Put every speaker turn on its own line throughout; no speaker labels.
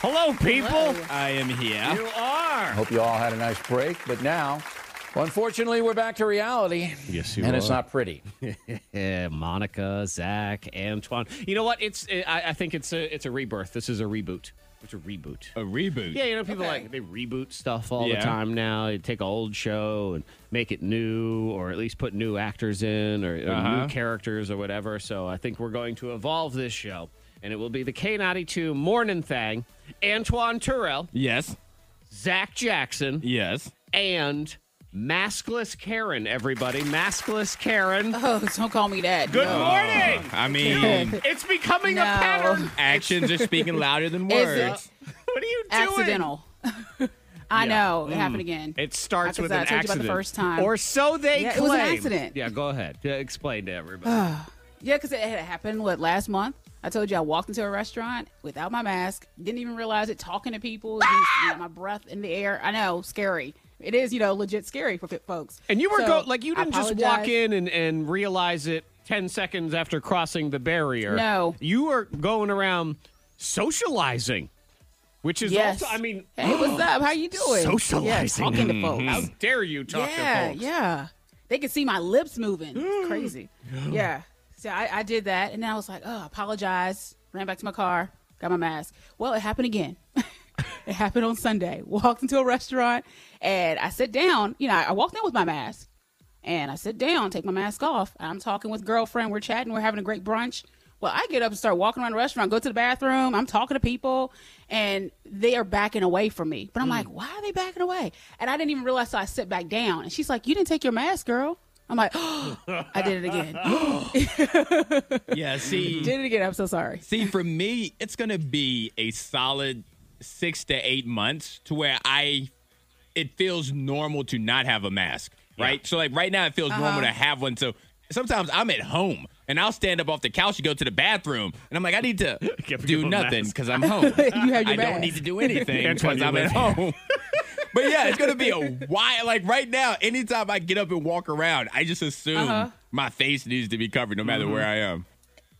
Hello, people.
I am here.
You are.
Hope you all had a nice break, but now, well, unfortunately, we're back to reality.
Yes, you
And it's
are.
not pretty.
Yeah, Monica, Zach, Antoine. You know what? It's I, I think it's a it's a rebirth. This is a reboot. It's a reboot.
A reboot.
Yeah, you know, people like they reboot stuff all the
Yeah.
time now. They take an old show and make it new, or at least put new actors in, or, or new
Uh-huh.
characters, or whatever. So I think we're going to evolve this show, and it will be the K ninety two Morning Thang, Antoine Terrell,
Yes.
Zach Jackson,
Yes.
and Maskless Karen. Everybody, Maskless Karen. Oh.
Oh, don't call me that.
Good
No.
morning.
I mean,
It's becoming a
No.
pattern.
actions are speaking louder than
Is it
words.
What are you doing?
Accidental. I know. It happened again.
Mm. It starts
Because
with
I
an
told you about the
accident.
first time.
Or so they
Yeah, it
claim.
was an accident.
Yeah, go ahead. Yeah, explain to everybody.
Yeah, because it had happened, what, last month? I told you I walked into a restaurant without my mask, didn't even realize it, talking to people, just, you know, my breath in the air. I know, scary. It is, you know, legit scary for fit- folks.
and you were
So,
go like you
I
didn't just walk
apologize.
in and, and realize it 10 seconds after crossing the barrier.
No.
You were going around socializing, which is
Yes.
also I mean,
Hey, what's up? How you doing? Yeah,
Socializing.
talking to
how
folks.
dare you talk
yeah,
to folks?
yeah. They could see my lips moving. It's crazy. Yeah. So I, I did that, and then I was like, oh, apologize. Ran back to my car, got my mask. Well, it happened again. it happened on Sunday. Walked into a restaurant, and I sit down. You know, I, I walked in with my mask, and I sit down, take my mask off. and I'm talking with girlfriend. We're chatting. We're having a great brunch. Well, I get up and start walking around the restaurant, go to the bathroom. I'm talking to people, and they are backing away from me.
Hmm.
But I'm like, why are they backing away? And I didn't even realize. So I sit back down, and she's like, "You didn't take your mask, girl." I'm like, I did it again.
Yeah, see.
did it again. I'm so sorry.
See, for me, it's going to be a solid six to eight months to where I, it feels normal to not have a mask, right? So, like, right now, it feels normal to
Uh-huh.
have one. So, sometimes I'm at home and I'll stand up off the couch and go to the bathroom. And I'm like, I need to
Give
do
people a
nothing
mask.
because I'm home.
You have your
I
mask.
don't need to do anything
Antoine,
because
you
I'm at
live
home. but yeah, it's gonna be a while. Like right now, anytime I get up and walk around, I just assume
Uh-huh.
my face needs to be covered no
Mm-hmm.
matter where I am.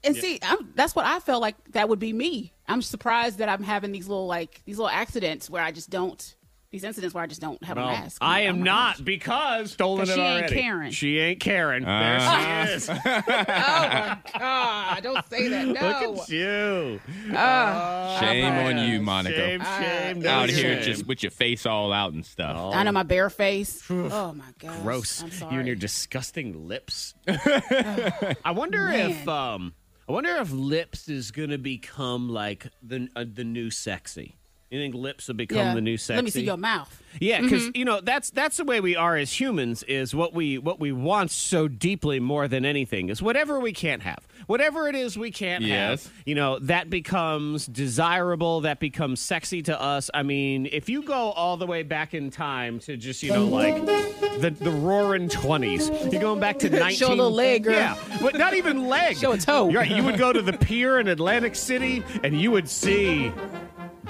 And see, I'm, that's what I felt like that would be me. I'm surprised that I'm having these little like these little accidents where I just don't these incidents where I just don't have
Well,
a mask.
I
Oh
am
my
not
gosh.
because stolen
'Cause
it
she ain't
already.
Karen.
She ain't Karen. there she is.
Ah, don't say that. No.
Look at you.
Uh,
Shame on you, Monica.
Shame,
Ah.
shame. no
Out
shame.
here just with your face all out and stuff.
I know my bare face. oh my gosh.
Oh. gross.
I'm sorry.
You and your disgusting lips. I wonder if
Man.
um, I wonder if lips is gonna become like the uh, the new sexy. You think lips will become the new sexy?
Let me see your mouth.
Yeah, because
Mm-hmm.
you know that's that's the way we are as humans. Is what we what we want so deeply more than anything is whatever we can't have, whatever it is we can't
Yes.
have. You know that becomes desirable. That becomes sexy to us. I mean, if you go all the way back in time to just you know like the the roaring twenties, you're going back to nineteen.
Show a little leg, girl.
Yeah, but not even leg.
Show a toe.
You're right. You would go to the pier in Atlantic City, and you would see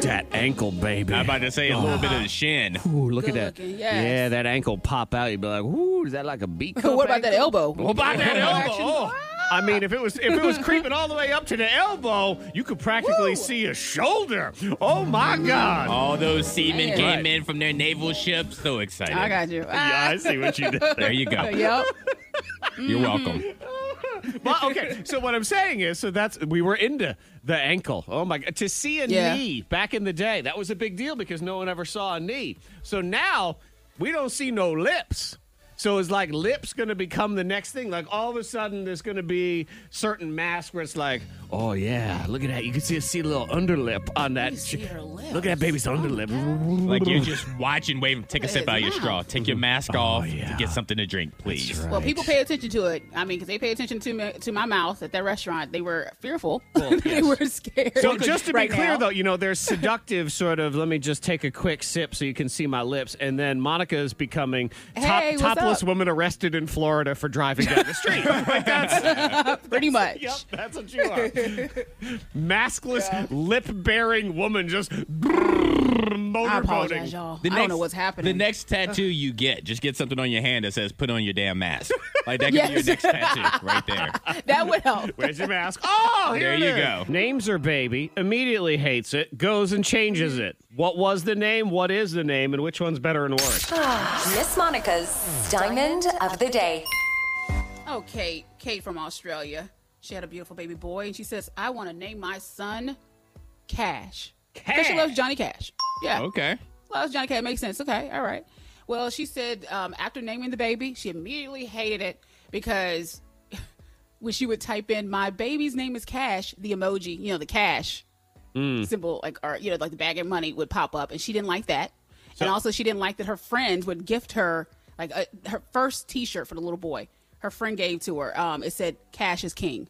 that ankle, baby.
I'm about to say a little bit of the shin.
Ooh, look at
Good
that.
looking, yes.
Yeah, that ankle pop out. You'd be like, ooh, is that like a beat?
what about that elbow?
What about that elbow?
Action.
Oh. I mean, if it was if it was creeping all the way up to the elbow, you could practically
Woo.
see a shoulder. Oh my God!
All those seamen
Man.
came in from their naval ships. So excited.
I got you.
Yeah,
Ah.
I see what you did there.
there you go.
Yep.
You're welcome.
Mm-hmm.
Well, okay, so what I'm saying is, so that's we were into the ankle. Oh my god, to see a
Yeah.
knee back in the day, that was a big deal because no one ever saw a knee. So now we don't see no lips. So is like lips going to become the next thing? Like all of a sudden, there's going to be certain masks where it's like, oh yeah, look at that. You can see see a little underlip on that.
see
chi-
her lips. Oh
Look at that baby's underlip.
Like you're just watching, waving. Take a
Look at
sip out of your
his
straw.
mouth.
Take your mask off
yeah.
to get something to drink, please.
Well, people pay attention to it. I mean, because they pay attention to me, to my mouth at that restaurant. They were fearful. they were scared.
So just to be
right
clear,
now.
though, you know, there's seductive sort of. Let me just take a quick sip so you can see my lips, and then Monica is becoming top,
Hey, what's
topless
up?
woman arrested in Florida for driving down the street. Like, that's
pretty much.
yep, that's what you are. Maskless, lip bearing woman just
I
motorboating.
apologize, y'all. I don't know what's happening.
The next tattoo you get, just get something on your hand that says "Put on your damn mask." Like that could be your
Yes.
next tattoo right there.
that would help.
Where's your mask? Oh, here
There
it
you
is.
go.
Names her baby, immediately hates it, goes and changes
Mm-hmm.
it. What was the name? What is the name? And which one's better and worse?
Uh,
Miss Monica's Diamond of the Day.
Oh, Kate. Kate from Australia. She had a beautiful baby boy, and she says, "I want to name my son Cash." Because she loves Johnny Cash. Yeah.
Okay.
Loves Johnny Cash. Makes sense. Okay. All right. Well, she said um, after naming the baby, she immediately hated it because when she would type in "my baby's name is Cash," the emoji, you know, the cash symbol, like or you know, like the bag of money would pop up, and she didn't like that. and also, she didn't like that her friends would gift her like a, her first T-shirt for the little boy. Her friend gave to her. Um, it said "Cash is King."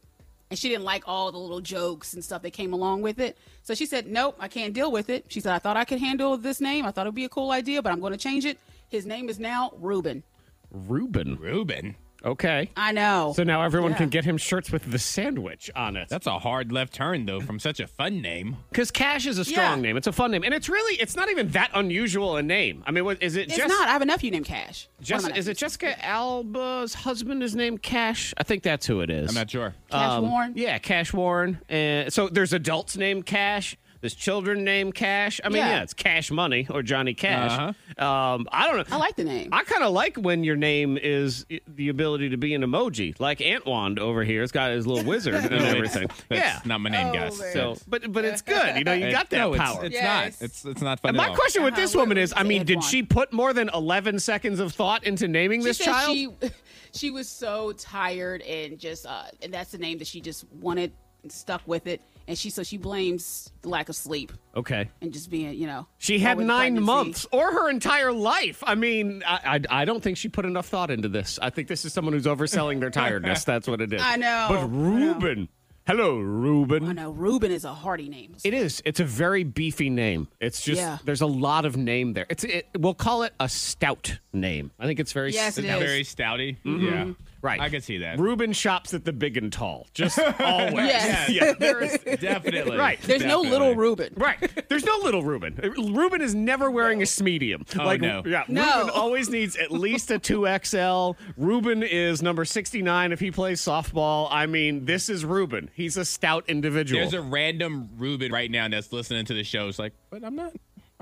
And she didn't like all the little jokes and stuff that came along with it. So she said, Nope, I can't deal with it. She said, I thought I could handle this name. I thought it would be a cool idea, but I'm going to change it. His name is now Ruben.
Reuben.
Reuben.
Okay.
I know.
So now everyone can get him shirts with the sandwich on it.
That's a hard left turn though from such a fun name.
Because Cash is a strong
Yeah.
name. It's a fun name, and it's really it's not even that unusual a name. I mean, what, is it
it's
just?
not. I have a nephew named Cash. One of
Jess-
my
is it
nephews.
Jessica Alba's husband is named Cash? I think that's who it is.
I'm not sure.
Cash Um, Warren?
Um, Yeah, Cash Warren. And so there's adults named Cash. There's children named Cash. I mean, yeah,
Yeah.
it's Cash Money or Johnny Cash.
Uh-huh.
Um, I don't know.
I like the name.
I kind of like when your name is i- the ability to be an emoji, like Ant Wand over here. It's got his little wizard and
No, it's-
everything.
That's
yeah.
not my name,
Oh,
guys.
man.
so, but but it's good. You know, you got that
no, it's-
power.
It's,
Yes.
not. It's it's not fun.
And
at
my
all.
question with
Uh-huh,
this
what
woman is,
was
I mean,
it
did
want?
she put more than 11 seconds of thought into naming this
she said
child?
she she was so tired and just uh, and that's the name that she just wanted and stuck with it. And she so she blames the lack of sleep
okay.
and just being you know
She had
over the
nine
pregnancy.
months or her entire life. I mean, I, I, I don't think she put enough thought into this. I think this is someone who's overselling their tiredness. That's what it is.
I know.
But
I know.
Ruben. Hello,
I
Ruben.
know Ruben is a hearty name.
It is. It's a very beefy name. It's just
Yeah.
there's a lot of name there. It's it, we'll call it a stout name. I think it's very
Yes, it
stout.
is.
Very stouty. Yeah.
Mm-hmm. Right.
I can see that.
Ruben shops at the big and tall. Just always.
Yes.
Yeah, there is-
Definitely.
Right.
There's no little
Definitely.
Ruben.
Right. There's no little Ruben. Ruben is never wearing a medium.
Oh, no.
Yeah.
No.
Ruben always needs at least a 2XL. Ruben is number 69 if he plays softball. I mean, this is Ruben. He's a stout individual.
There's a random Ruben right now that's listening to the show. It's like, but I'm not.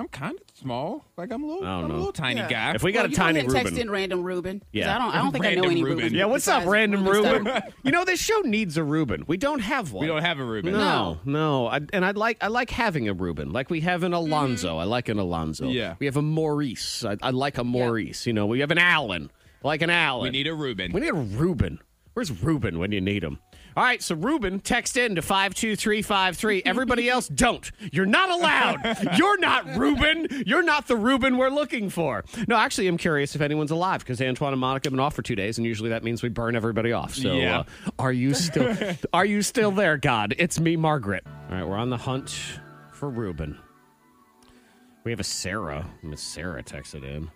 I'm kind of small. Like I'm a little.
don't
I'm
know.
a little tiny guy.
if we got
Well,
a
you go
tiny
ahead and
Ruben.
Text in random Ruben. 'cause
Yeah.
I don't. I don't think I know
Random
any
Ruben.
Ruben.
yeah, what's up,
besides
random
Stone.
Ruben? you know, this show needs a Ruben. We don't have one.
we don't have a Ruben.
No, no, I, and I'd like I like having a Ruben, like we have an Alonzo. I like an Alonzo.
Yeah.
we have a Maurice. I, I like a Maurice. You know, we have an Allen, I like an Allen.
We need a Ruben.
We need a Reuben. Where's Reuben when you need him? All right, so Reuben, text in to 52353. Everybody else, don't. You're not allowed. You're not Reuben. You're not the Reuben we're looking for. No, actually, I'm curious if anyone's alive because Antoine and Monica have been off for two days, and usually that means we burn everybody off. So,
Yeah.
uh, are you still, are you still there, God? It's me, Margaret. All right, we're on the hunt for Reuben. We have a Sarah. Miss Sarah texted in.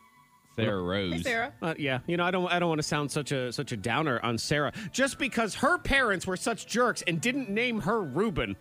Sarah Rose.
Sarah.
Uh, yeah, you know, I don't, I don't want to sound such a such a downer on Sarah, just because her parents were such jerks and didn't name her Reuben,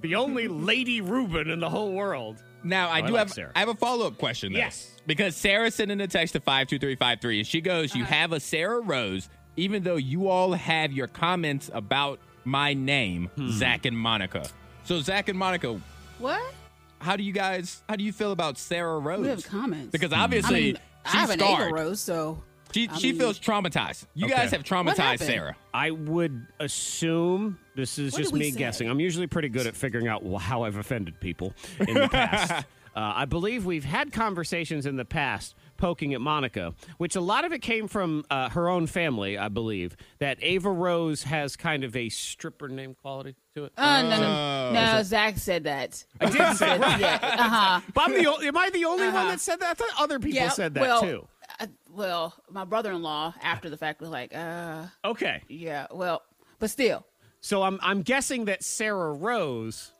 the only lady Reuben in the whole world.
Now I
Oh, I
do
like
have
Sarah.
I have a follow up question. Though,
Yes.
because Sarah sent in a text to five two three five three, and she goes, "You
Uh-huh.
have a Sarah Rose, even though you all have your comments about my name,
Hmm.
Zach and Monica. So Zach and Monica,
What?
how do you guys how do you feel about Sarah Rose?
We have comments.
because
I
obviously
mean, I
she's
have an
scarred.
Ava Rose, so
She
I
she
mean-
feels traumatized. You
Okay.
guys have
What
traumatized
happened?
Sarah.
I would assume this is
What
just
did we
me
say?
guessing. I'm usually pretty good at figuring out wh- how I've offended people in the past. Uh, I believe we've had conversations in the past poking at Monica, which a lot of it came from uh, her own family, I believe, that Ava Rose has kind of a stripper name quality to it.
Oh.
Uh, no,
Oh.
no, no. Zach said that. I
did say that.
Yeah. Uh huh.
But I'm the only, am I the only one that said that? I thought other people
Uh-huh. Yeah.
said that
well,
too.
I- well, my brother-in-law after the fact was like, uh,
Okay.
yeah. Well, but still,
So I'm I'm guessing that Sarah Rose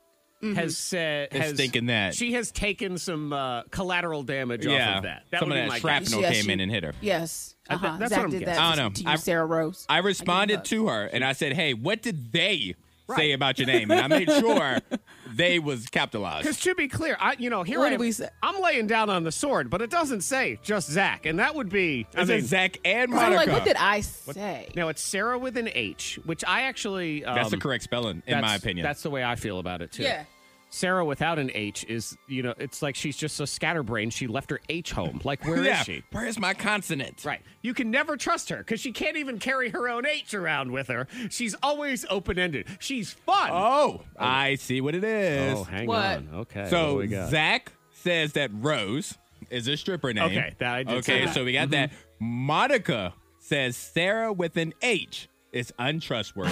Mm-hmm.
has said
Is
has
thinking that.
she has taken some uh, collateral damage off
Yeah.
of that. That
Some
would
of
be
that
my
shrapnel.
guess.
Snow
Yeah,
came in and hit her.
Yes.
I
Uh-huh.
bet- that's
Zach
what I'm
did
guessing.
that
I don't
to
know.
you,
I-
Sarah Rose.
I
I
responded
gave
to her and I said, "Hey, what did they say about your name?" And I made sure they was
Because
capitalized.
to be clear, I you know here
What
I
did
am,
we say?
I'm laying down on the sword, but it doesn't say just Zach, and that would be I
I
mean
said Zach and
So I'm
Monica.
like, what did I say?
now it's Sarah with an H, which I actually um,
that's the correct spelling, in my
that's-
opinion.
That's the way I feel about it too.
Yeah.
Sarah without an H is you know it's like she's just a scatterbrain. She left her H home. Like where is
yeah.
she?
Where's my consonant?
Right. You can never trust her because she can't even carry her own H around with her. She's always open ended. She's fun.
Oh, I see what it is.
hang
What?
Okay. Oh, what do
so
we got?
Zach says that Rose is a stripper name.
Okay, that I did say
Okay,
that. Mm-hmm.
so we got that. Monica says Sarah with an H is untrustworthy,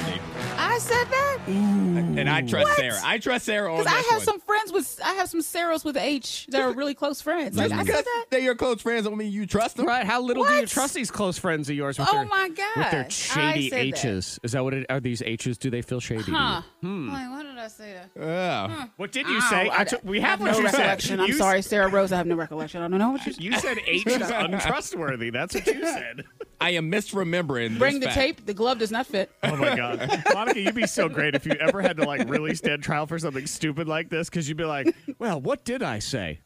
I said that
and I trust Sarah. I trust Sarah on
because
this
I have
one.
some friends with I have some Sarahs with a H that are really close friends. Like,
Just
I
because
said that.
they're your close friends don't mean you trust them.
Right, how little do you
What?
trust these close friends of yours with
Oh
their
my
with their
gosh, I
shady
said that.
H's? Is that what it are these H's? Do they feel shady? to you?
Huh. I'm Like, why did I say that?
Yeah.
What did you say?
I-
I took- we have,
I
what
no
you
recollection.
said.
I'm
You s-
sorry, Sarah Rose. I have no recollection. I don't know what you
You said H is untrustworthy. That's what you said.
I am misremembering.
Bring the
this fact.
tape. The glove does not fit.
Oh my god, Monica, you'd be so great if you ever had to like really stand trial for something stupid like this, because you'd be like, "Well, what did I say,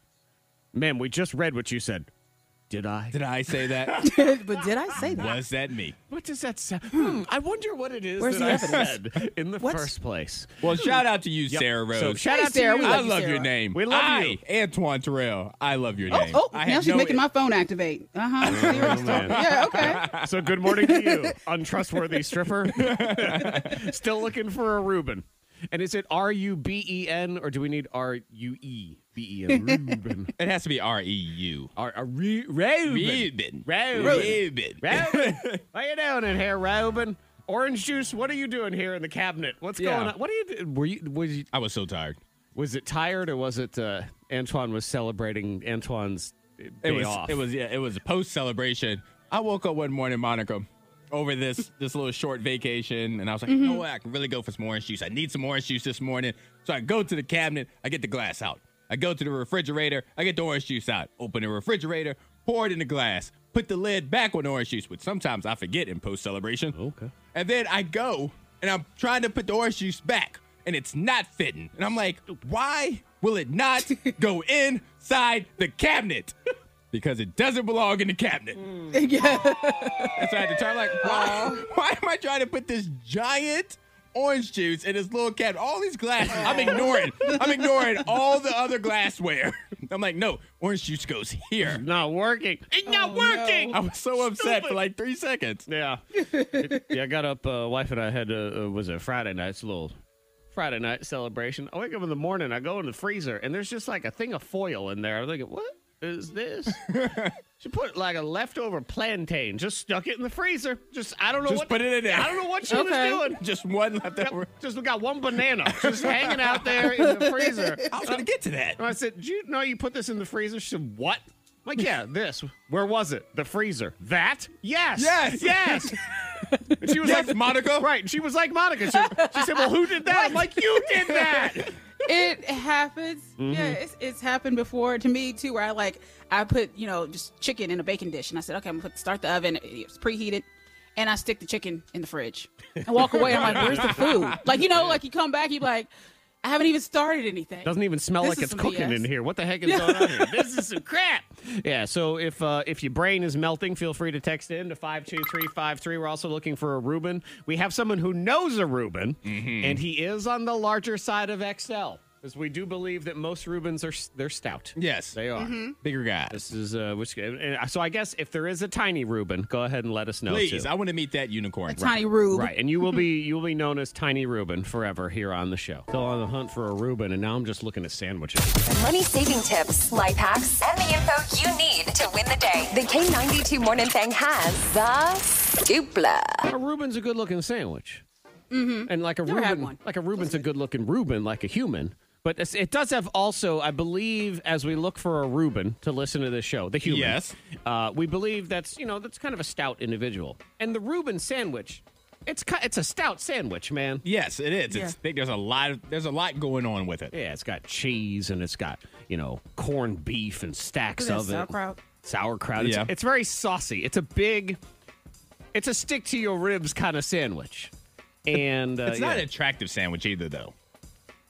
ma'am? We just read what you said. Did I?
Did I say that?
but did I say that?
Was that me?
What does that sound? Hmm, I wonder what it is
Where's
that
the
I
evidence?
said in the
What?
first place.
Well, shout out to you, Sarah Rose.
So shout
Hey,
out
Sarah,
to
we
you.
I
love you,
love your
Sarah.
name.
We love
I,
you.
Antoine Terrell. I love your name.
Oh,
I
now
have
she's
no
making my phone activate. Uh huh. yeah. Okay.
So good morning to you, untrustworthy stripper. Still looking for a Reuben. And is it R U B E N or do we need R U E B E N? Reuben.
It has to be R E U.
R a Re- Reuben.
Reuben.
Reuben.
Reuben.
Robin, what are you doing in here, Robin? Orange juice. What are you doing here in the cabinet? What's
Yeah.
going on? What are you? do- Were you? Was you?
I was so tired.
Was it tired or was it? Uh, Antoine was celebrating Antoine's day
It was.
off.
It was. Yeah. It was a post celebration. I woke up one morning, Monica, over this this little short vacation, and I was like, you know what? I can really go for some orange juice. I need some orange juice this morning. So I go to the cabinet. I get the glass out. I go to the refrigerator. I get the orange juice out. Open the refrigerator. Pour it in the glass. Put the lid back on the orange juice, which sometimes I forget in post celebration.
Okay.
And then I go and I'm trying to put the orange juice back and it's not fitting. And I'm like, why will it not go inside the cabinet? Because it doesn't belong in the cabinet.
yeah.
And so I had to turn like, why, why am I trying to put this giant orange juice in this little cabinet? All these glasses. I'm ignoring. I'm ignoring all the other glassware. I'm like, no, orange juice goes here.
not working. It's
Oh,
not working.
I was so upset for like three seconds.
Yeah. yeah, I got up. Uh, wife and I had a, uh, was it Friday night's little Friday night celebration. I wake up in the morning, I go in the freezer, and there's just like a thing of foil in there. I'm thinking, what is this? she put like a leftover plantain, just stuck it in the freezer. Just, I don't know
Just
what.
put it in there.
I don't know what she
Okay.
was doing.
Just one leftover.
Yep, Just we got one banana just hanging out there in the freezer.
I was gonna get to that.
And I said, "Did you know you put this in the freezer?" She said, "What?" I'm like, "Yeah, this. Where was it? The freezer. That? Yes,
Yes.
yes." And she was
Yes,
like,
Monica.
Right. And she was like, Monica. She, she said, "Well, who did that?" I'm like, "You did that."
it happens. Yeah,
Mm-hmm.
it's, it's happened before to me too, where I like I put you know just chicken in a baking dish, and I said, okay, I'm gonna put, start the oven. It's preheated, and I stick the chicken in the fridge and walk away. I'm like, where's the food? Like you know, like you come back, you like, I haven't even started anything.
Doesn't even smell
This
like
is
it's
some
cooking
BS.
in here. What the heck is going on here? This is some crap. Yeah. So if uh, if your brain is melting, feel free to text in to five two three five three. We're also looking for a Mm-hmm. Reuben. We have someone who knows a Reuben, and he is on the larger side of XL. Because we do believe that most Rubens are s- they're stout.
Yes.
They are.
Mm-hmm.
Bigger guys.
This is uh, which. And so I guess if there is a tiny Reuben, go ahead and let us know.
Please,
too.
I want to meet that unicorn.
Tiny Rube.
Right, and you will be you will be known as Tiny Reuben forever here on the show. Still on the hunt for a Reuben, and now I'm just looking at sandwiches.
Money saving tips, life hacks, and the info you need to win the day. The K92 Morning Thing has the dupla.
A Reuben's a good looking sandwich, mm-hmm. and like a
Never had
Reuben,
one.
like a Reuben's a good looking Reuben, like a human. But it's- it does have also, I believe, as we look for a Reuben to listen to this show, the human.
Yes.
uh, we believe that's you know that's kind of a stout individual, and the Reuben sandwich, it's ki- it's a stout sandwich, man.
Yes, it is. It's
Yeah.
thick. There's a lot. Of, there's a lot going on with it.
Yeah, it's got cheese and it's got, you know, corned beef and stacks
Look at
of
that
it.
sauerkraut.
Sauerkraut. It's,
Yeah.
it's very saucy. It's a big, it's a stick to your ribs kind of sandwich. And uh,
It's not
yeah.
an attractive sandwich either, though.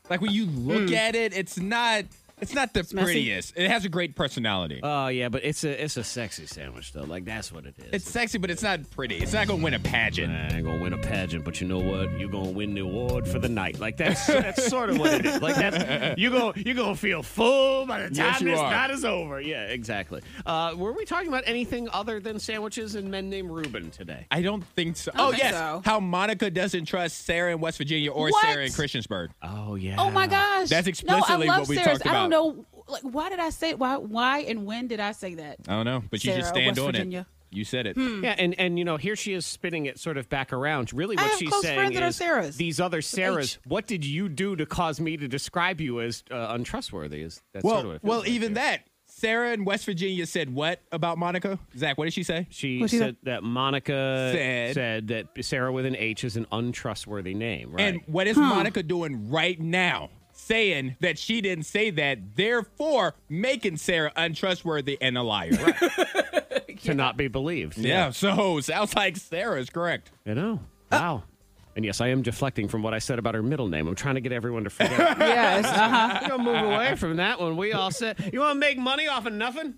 Like when you look at it, it's not. It's not the
Hmm. messy. Uh,
prettiest. It has a great personality.
Oh yeah, but it's a it's a sexy sandwich though. Like that's what it is.
it's sexy, but it's not pretty. It's not gonna win a pageant.
I ain't gonna win a pageant, but you know what? You're gonna win the award for the night. Like that's that's sort of what it is. Like that's you go you gonna feel full by the time
Yes, you
this
are.
night is over. Yeah, exactly. Uh, were we talking about anything other than sandwiches and men named Ruben today?
I don't think so.
don't
oh
think
yes,
so.
how Monica doesn't trust Sarah in West Virginia or
What?
Sarah in Christiansburg.
Oh yeah.
Oh my gosh.
That's explicitly
no, I
what
love
we
Sarah's.
talked
I don't
about.
know. Like, why did I say why? Why and when did I say that?
I don't know, but you just
Sarah,
stand
West
on
Virginia. Hmm.
it. You said it.
Yeah, and and you know here she is spinning it sort of back around. Really,
I
what
have
she's
close
saying
friends that are
is
Sarahs.
these other Sarahs.
H.
What did you do to cause me to describe you as uh, untrustworthy? Is that's
Well,
sort of what it feels
well,
like
even
here.
that. Sarah in West Virginia said what about Monica? Zach, what did she say?
She
What'd she
said that Monica
Said.
that Sarah with an H is an untrustworthy name, right?
And what is Monica doing right now? Saying that she didn't say that, therefore making Sarah untrustworthy and a liar.
to not be believed.
yeah. Uh. So sounds like Sarah's correct.
I know. Wow. And yes, I am deflecting from what I said about her middle name. I'm trying to get everyone to forget.
Yes. Uh huh.
We're gonna move away from that one. We all said, "You want to make money off of nothing?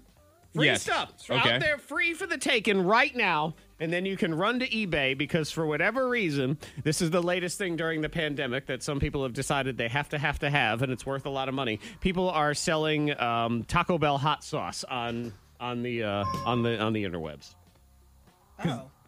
Free
Yes.
stuff It's
Okay.
out there, free for the taking right now." And then you can run to eBay because, for whatever reason, this is the latest thing during the pandemic that some people have decided they have to have to have, and it's worth a lot of money. People are selling um, Taco Bell hot sauce on on the uh, on the on the interwebs.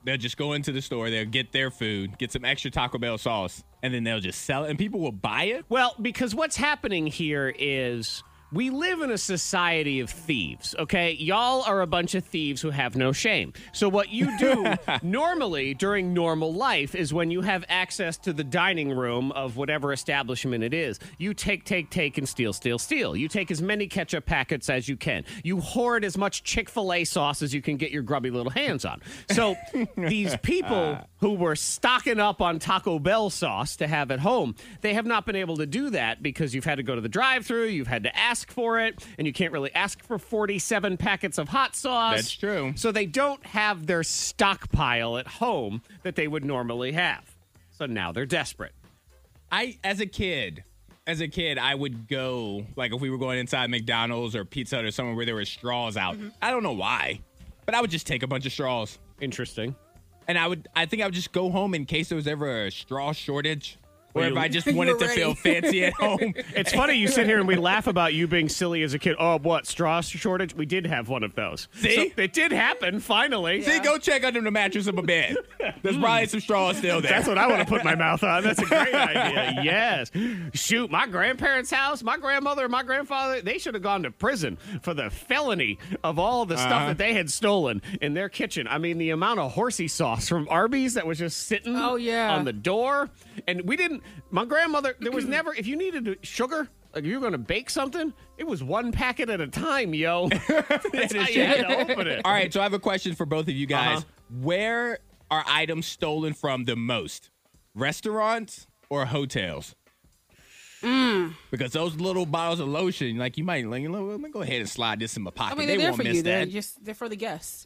They'll just go into the store, they'll get their food, get some extra Taco Bell sauce, and then they'll just sell it. And people will buy it.
Well, because what's happening here is we live in a society of thieves, okay? Y'all are a bunch of thieves who have no shame. So, what you do normally during normal life is when you have access to the dining room of whatever establishment it is, you take, take, take, and steal, steal, steal. You take as many ketchup packets as you can. You hoard as much Chick fil A sauce as you can get your grubby little hands on. So, these people who were stocking up on Taco Bell sauce to have at home, they have not been able to do that because you've had to go to the drive through, you've had to ask for it, and you can't really ask for 47 packets of hot sauce.
That's true.
So they don't have their stockpile at home that they would normally have. So now they're desperate.
I as a kid, as a kid, I would go like if we were going inside McDonald's or Pizza Hut or somewhere where there were straws out. I don't know why, but I would just take a bunch of straws.
Interesting.
and I would I think I would just go home in case there was ever a straw shortage. Or if
you-
I just wanted to feel fancy at home.
It's funny you sit here and we laugh about you being silly as a kid. Oh, what? Straw shortage? We did have one of those.
See?
So it did happen, finally.
See, go check under the mattress of a bed. There's probably some straws still there.
Hmm. That's what I want to put my mouth on. That's a great idea. Yes. Shoot, my grandparents' house, my grandmother and my grandfather, they should have gone to prison for the felony of all the stuff that they had stolen in their kitchen. I mean, the amount of horsey sauce from Arby's that was just sitting
Oh, yeah.
on the door. And we didn't, my grandmother, there was never, if you needed sugar, like if you were going to bake something, it was one packet at a time, yo. That's how you had to open it.
All right, so I have a question for both of you guys.
Uh-huh.
Where are items stolen from the most? Restaurants or hotels?
Hmm.
Because those little bottles of lotion, like you might, like, you know, let me go ahead and slide this in my pocket.
I mean,
they
they're there
won't
for
miss
you. They're
that.
just they're for the guests.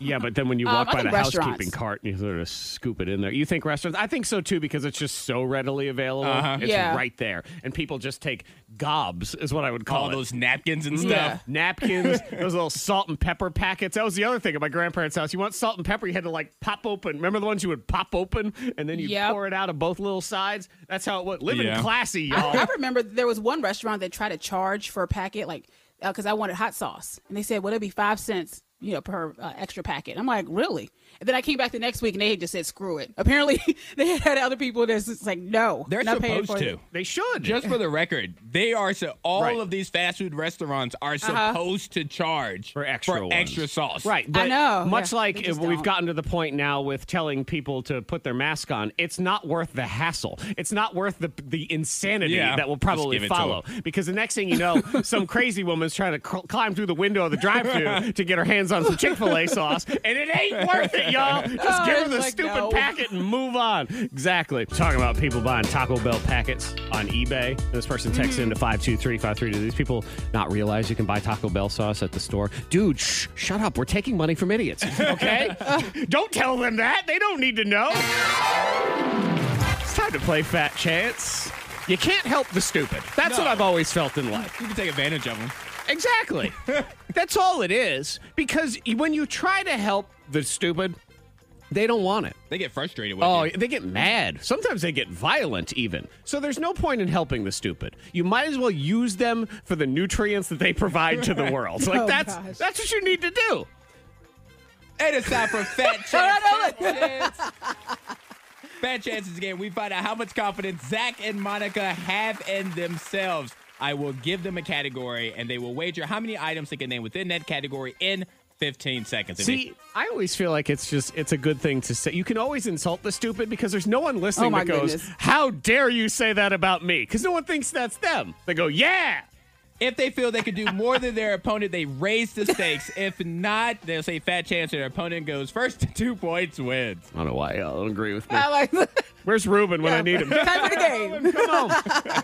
Yeah, but then when you
Um,
walk
I
by the
think restaurants.
housekeeping cart and you sort of scoop it in there, you think restaurants? I think so too because it's just so readily available.
Uh-huh.
It's
Yeah.
right there, and people just take gobs, is what I would call
all
it.
those napkins and stuff.
Yeah.
napkins, those little salt and pepper packets. That was the other thing at my grandparents' house. You want salt and pepper, you had to like pop open. Remember the ones you would pop open and then you
Yep.
pour it out of both little sides? That's how it was. Living
Yeah.
classy, y'all.
I, I remember there was one restaurant that tried to charge for a packet, like, because I wanted hot sauce, and they said, "Well, it'd be five cents, you know, per uh, extra packet." I'm like, "Really?" And then I came back the next week, and they had just said, "Screw it." Apparently, they had other people that's just like, "No,
They're
not paying
supposed
for
to.
It.
they should.
Just for the record, they are so all
Right.
of these fast food restaurants are supposed to charge
For extra ones.
extra sauce.
Right, but
know,
much
yeah,
like
they
if
just
we've
don't.
gotten to the point now with telling people to put their mask on, it's not worth the hassle. It's not worth the the insanity
Yeah,
that will
just
probably
give it to
follow. Because the next thing you know, some crazy woman's trying to cl- climb through the window of the drive-thru to get her hands on some Chick Fil A sauce, and it ain't worth it, y'all. Just
Oh,
give her
it's
the
like,
stupid
no.
packet and move on. Exactly. Talking about people buying Taco Bell packets on eBay. This person
Mm-hmm.
texts into five two three five three. Do these people not realize you can buy Taco Bell sauce at the store? Dude, shh, shut up. We're taking money from idiots. Okay, don't tell them that. They don't need to know. It's time to play Fat Chance. You can't help the stupid. That's what
No.
I've always felt in life.
You can take advantage of them.
Exactly. That's all it is. Because when you try to help the stupid, they don't want it.
They get frustrated with
Oh,
you.
they get mad. Sometimes they get violent, even. So there's no point in helping the stupid. You might as well use them for the nutrients that they provide to the world. Like
Oh,
that's
gosh.
that's what you need to do.
And it's time for Fat Chance. Fat Chance. Fat Chances game. We find out how much confidence Zach and Monica have in themselves. I will give them a category, and they will wager how many items they can name within that category in 15 seconds. If
See, I always feel like it's just it's a good thing to say. You can always insult the stupid because there's no one listening
Oh, my
that goes,
goodness.
"How dare you say that about me?" Because no one thinks that's them. They go, "Yeah."
If they feel they can do more than their opponent, they raise the stakes. If not, they'll say fat chance and their opponent goes first to two points wins.
I don't know why y'all don't agree with me.
I like
Where's Ruben when I need him?
time for the game.
Come on.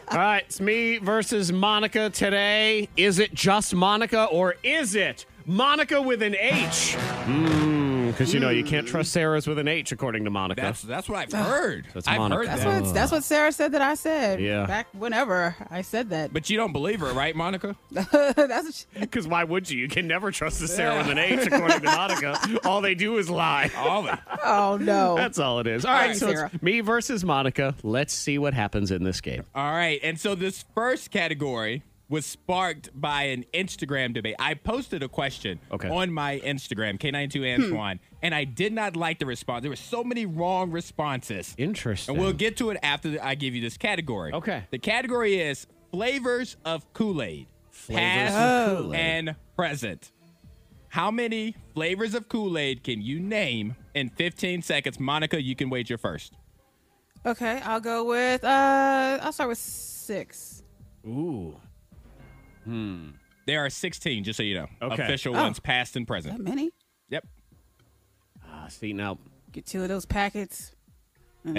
All right, it's me versus Monica today. Is it just Monica or is it Monica with an H? Hmm. Because Hmm, you know you can't trust Sarah's with an H, according to Monica.
That's that's what I've heard.
That's
I've
Monica.
heard
That's
that.
That's, that's what Sarah said that I said.
Yeah.
Back whenever I said that.
but you don't believe her, right, Monica?
that's what she,
Because why would you? You can never trust a Sarah with an H, according to Monica. All they do is lie.
All of it.
oh no.
That's all it is. All
All
right,
right,
so
Sarah.
it's me versus Monica. Let's see what happens in this game.
All right. And so this first category was sparked by an Instagram debate. I posted a question
Okay.
on my Instagram, K92 Antoine, and I did not like the response. There were so many wrong responses.
Interesting.
And we'll get to it after I give you this category.
Okay.
The category is flavors of Kool Aid,
Flavors
past
of Kool-Aid.
and present. How many flavors of Kool Aid can you name in 15 seconds? Monica, you can wager first.
Okay, I'll go with uh I'll start with six.
Ooh.
There are 16, just so you know.
Okay. Oh.
Official ones, past and present.
That many?
Yep.
Ah, see now.
Get two of those packets. And,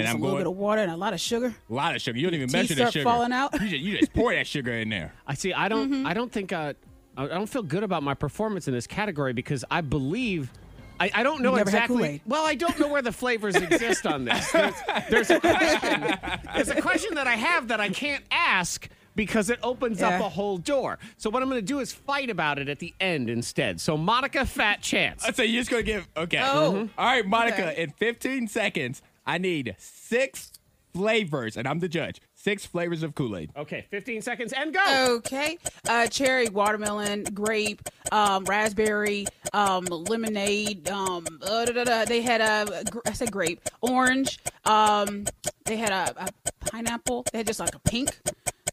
And
just
I'm
a little
going-
bit of water and a lot of sugar.
A lot of sugar. You don't even
teeth
measure the
start
sugar.
falling out.
You just, you just pour that sugar in there.
I see. I don't. I don't think. Uh, I I don't feel good about my performance in this category because I believe. I, I don't know
never had
exactly.
Kool-Aid.
Well, I don't know where the flavors exist on this. There's, there's a question. There's a question that I have that I can't ask because it opens up
Yeah.
a whole door. So what I'm going to do is fight about it at the end instead. So Monica, fat chance.
So you're just going to give. Okay.
Oh.
All right, Monica,
Okay.
in 15 seconds, I need six flavors, and I'm the judge. Six flavors of Kool Aid.
Okay, 15 seconds and go.
Oh. Okay. Uh cherry, watermelon, grape, um, raspberry, um, lemonade, um uh, da, da, da. they had a gr- I said grape, orange, um they had a, a pineapple, they had just like a pink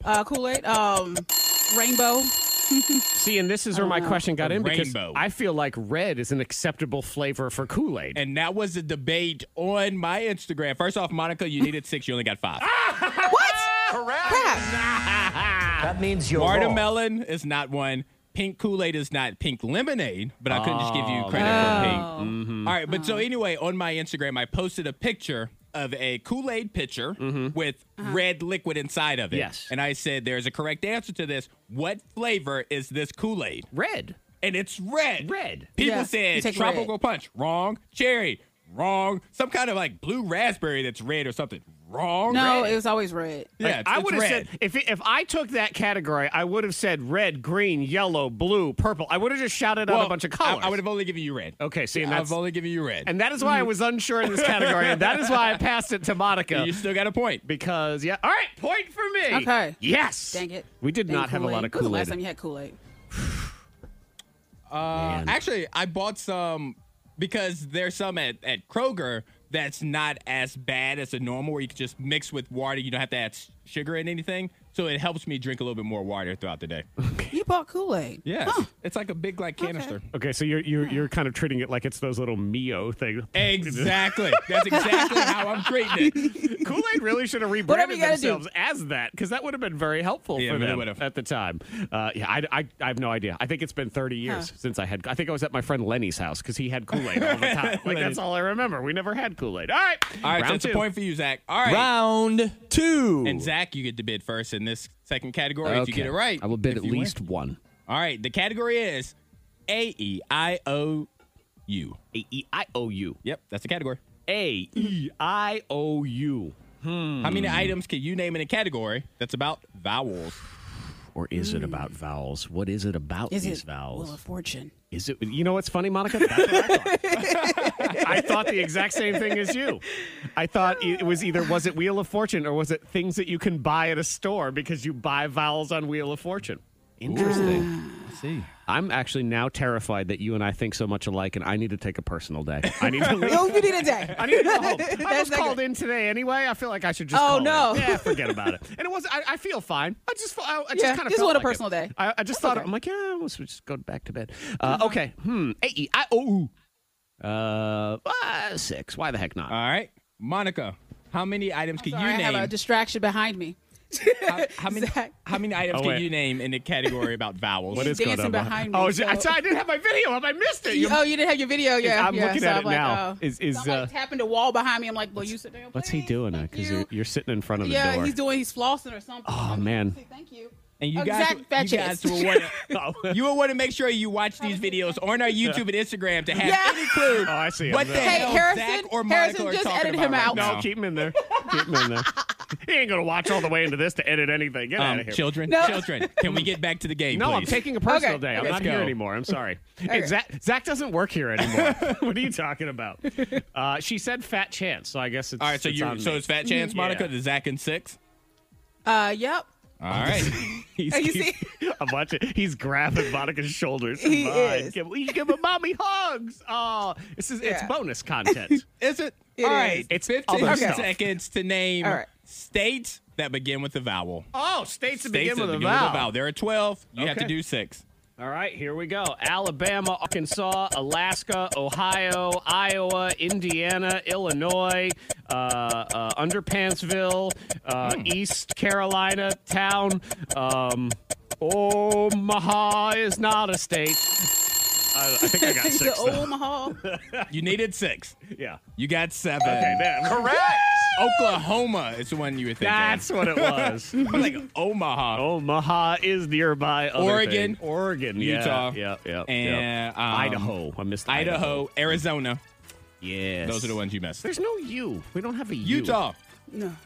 uh Kool-Aid, um rainbow.
See, and this is where my
know.
question got
A
in because
Oh, rainbow.
I feel like red is an acceptable flavor for Kool-Aid.
And that was the debate on my Instagram. First off, Monica, you needed six. You only got five.
What? Crap.
That means you're wrong.
Watermelon is not one. Pink Kool Aid is not pink lemonade, but I couldn't just give you credit for pink. All right, but so anyway, on my Instagram, I posted a picture of a Kool Aid pitcher with red liquid inside of it.
Yes.
And I said, there's a correct answer to this. What flavor is this Kool Aid?
red.
and it's red.
Red.
People
Yeah, you
said
take
tropical punch. Wrong. Cherry. Wrong. Some kind of like blue raspberry that's red or something. Wrong.
No,
Red.
it was always red.
yeah,
Like,
it's-
I
it's
would have
red.
said if it, if I took that category, I would have said red, green, yellow, blue, purple. I would have just shouted out
Well,
a bunch of
I-
colors.
I, would have only given you red.
Okay, see, and that's-
I've only Mm-hmm. given you red.
and that is why I was unsure in this category, and that is why I passed it to Monica.
you still got a point.
Because yeah, all right, point for me.
Okay.
Yes.
Dang it.
We did
Dang
not have a lot of
Kool-Aid. When was the last
Kool-Aid.
time you had Kool Aid?
Uh, actually, I bought some because there's some at, at Kroger that's not as bad as a normal where you can just mix with water. You don't have to add s- sugar in anything. So it helps me drink a little bit more water throughout the day.
You bought Kool Aid.
Yes. It's like a big like canister.
Okay, so you're you're you're kind of treating it like it's those little Mio things.
Exactly. That's exactly how I'm treating it.
Kool Aid really should have
Whatever
rebranded
you gotta do.
themselves as that because that would have been very helpful
Yeah,
for
it really
them
would've.
at the time. Uh, yeah, I, I, I have no idea. I think it's been 30 years since I had. I think I was at my friend Lenny's house because he had Kool Aid all the time. like that's all I remember. We never had Kool Aid. All right,
All right,
round
that's
two.
a point for you, Zach. All right.
Round two.
And Zach, you get to bid first in this second category if you get it right.
I will bid
if
at
you win.
least one.
All right. The category is A E I O U.
A E I O U.
Yep, that's the category.
A E I O U.
How many items can you name in a category that's about vowels?
Or is it about vowels? What is it about
Is
these
it
vowels?
Wheel of Fortune?
Is it? You know what's funny, Monica? That's what I thought. I thought the exact same thing as you. I thought it was either was it Wheel of Fortune or was it things that you can buy at a store because you buy vowels on Wheel of Fortune.
Interesting. Let's see.
I'm actually now terrified that you and I think so much alike, and I need to take a personal day. I need to leave.
Oh, you need a day.
I need to go home. I
That's
was
not
called
good.
in today anyway. I feel like I should just.
Oh,
call
no.
in. Yeah, forget about it. And it was. I, I feel fine. I just. fe- I, I just
Yeah,
kind of.
just
felt
want
like
a
it.
personal day. Mm-hmm.
I, I just thought. I'm like, yeah, let's just go back to bed. Uh, Okay. Hmm. A e i o u. Uh, uh, six. Why the heck not?
All right. Monica, how many items can
Sorry,
you
I have a
name?
distraction behind me.
How, how many,
Zach.
how many items
Oh,
can
wait.
you name in a category about vowels?
What is going
dancing
on
behind me,
Oh, is it- I,
so-
sorry, I didn't have my video up. I missed it. You-
oh, you didn't have your video yet.
I'm
yeah,
looking
so
at
I'm
it
like,
now.
Oh.
Is- is,
So I'm
uh,
like tapping the wall behind me? I'm like, well, you sit down.
What's he
please.
doing?
Thank
Because
you.
you're, you're sitting in front of the
yeah,
door.
he's doing. He's flossing or something.
oh man.
Thank you.
And you
Oh,
guys,
Zach, fat
you guys
chance.
will want
Oh.
to, you will want to make sure you watch these videos on our YouTube and Instagram to have
Yeah.
any clue
Oh, I see him
what the
now.
Hey,
hell
Harrison-
Zach or
Harrison,
Monica
just
are talking
edit
about
him
right
out.
No,
now.
keep him in there. Keep him in there. He ain't gonna watch all the way into this to edit anything. Get out
Um,
of here.
children,
No.
children, can we get back to the game?
No, I'm
please?
taking a personal
Okay,
day. I'm
okay.
not
Let's
here
go.
anymore. I'm sorry. Hey, Zach, Zach doesn't work here anymore. what are you talking about? Uh, she said fat chance, so I guess it's
All right, so
it's
you
on
so
me.
it's Fat Chance,
Yeah.
Monica, the Zach and six.
Uh, yep.
All right,
He's,
Oh, you
he's- I'm watching. He's grabbing Monica's shoulders.
He
Mine.
is.
Give, you give a mommy hugs. Oh, this is it's
Yeah.
bonus content.
is it?
It
All right,
is.
it's
It's
15
other
stuff.
seconds to name
All right.
states that begin with a vowel.
oh, states to
States
begin
that
with a
begin with a vowel.
vowel.
There are 12. You have to
Okay.
do six.
All right, here we go. Alabama, Arkansas, Alaska, Ohio, Iowa, Indiana, Illinois, uh, uh, Underpantsville, uh, East Carolina town. Um, Omaha is not a state. I, I think I got
The
six. though.
Omaha.
You needed six.
Yeah.
You got seven.
Correct.
Oklahoma is the one you were thinking.
That's what it was.
I'm like
Oh,
Omaha.
Omaha is nearby. other
Oregon.
thing. Oregon, yeah,
Utah.
yeah, yeah, yeah.
And um,
Idaho. I missed
Idaho,
Idaho.
Arizona.
Yes.
Those are the ones you missed.
There's no U. We don't have a U.
Utah.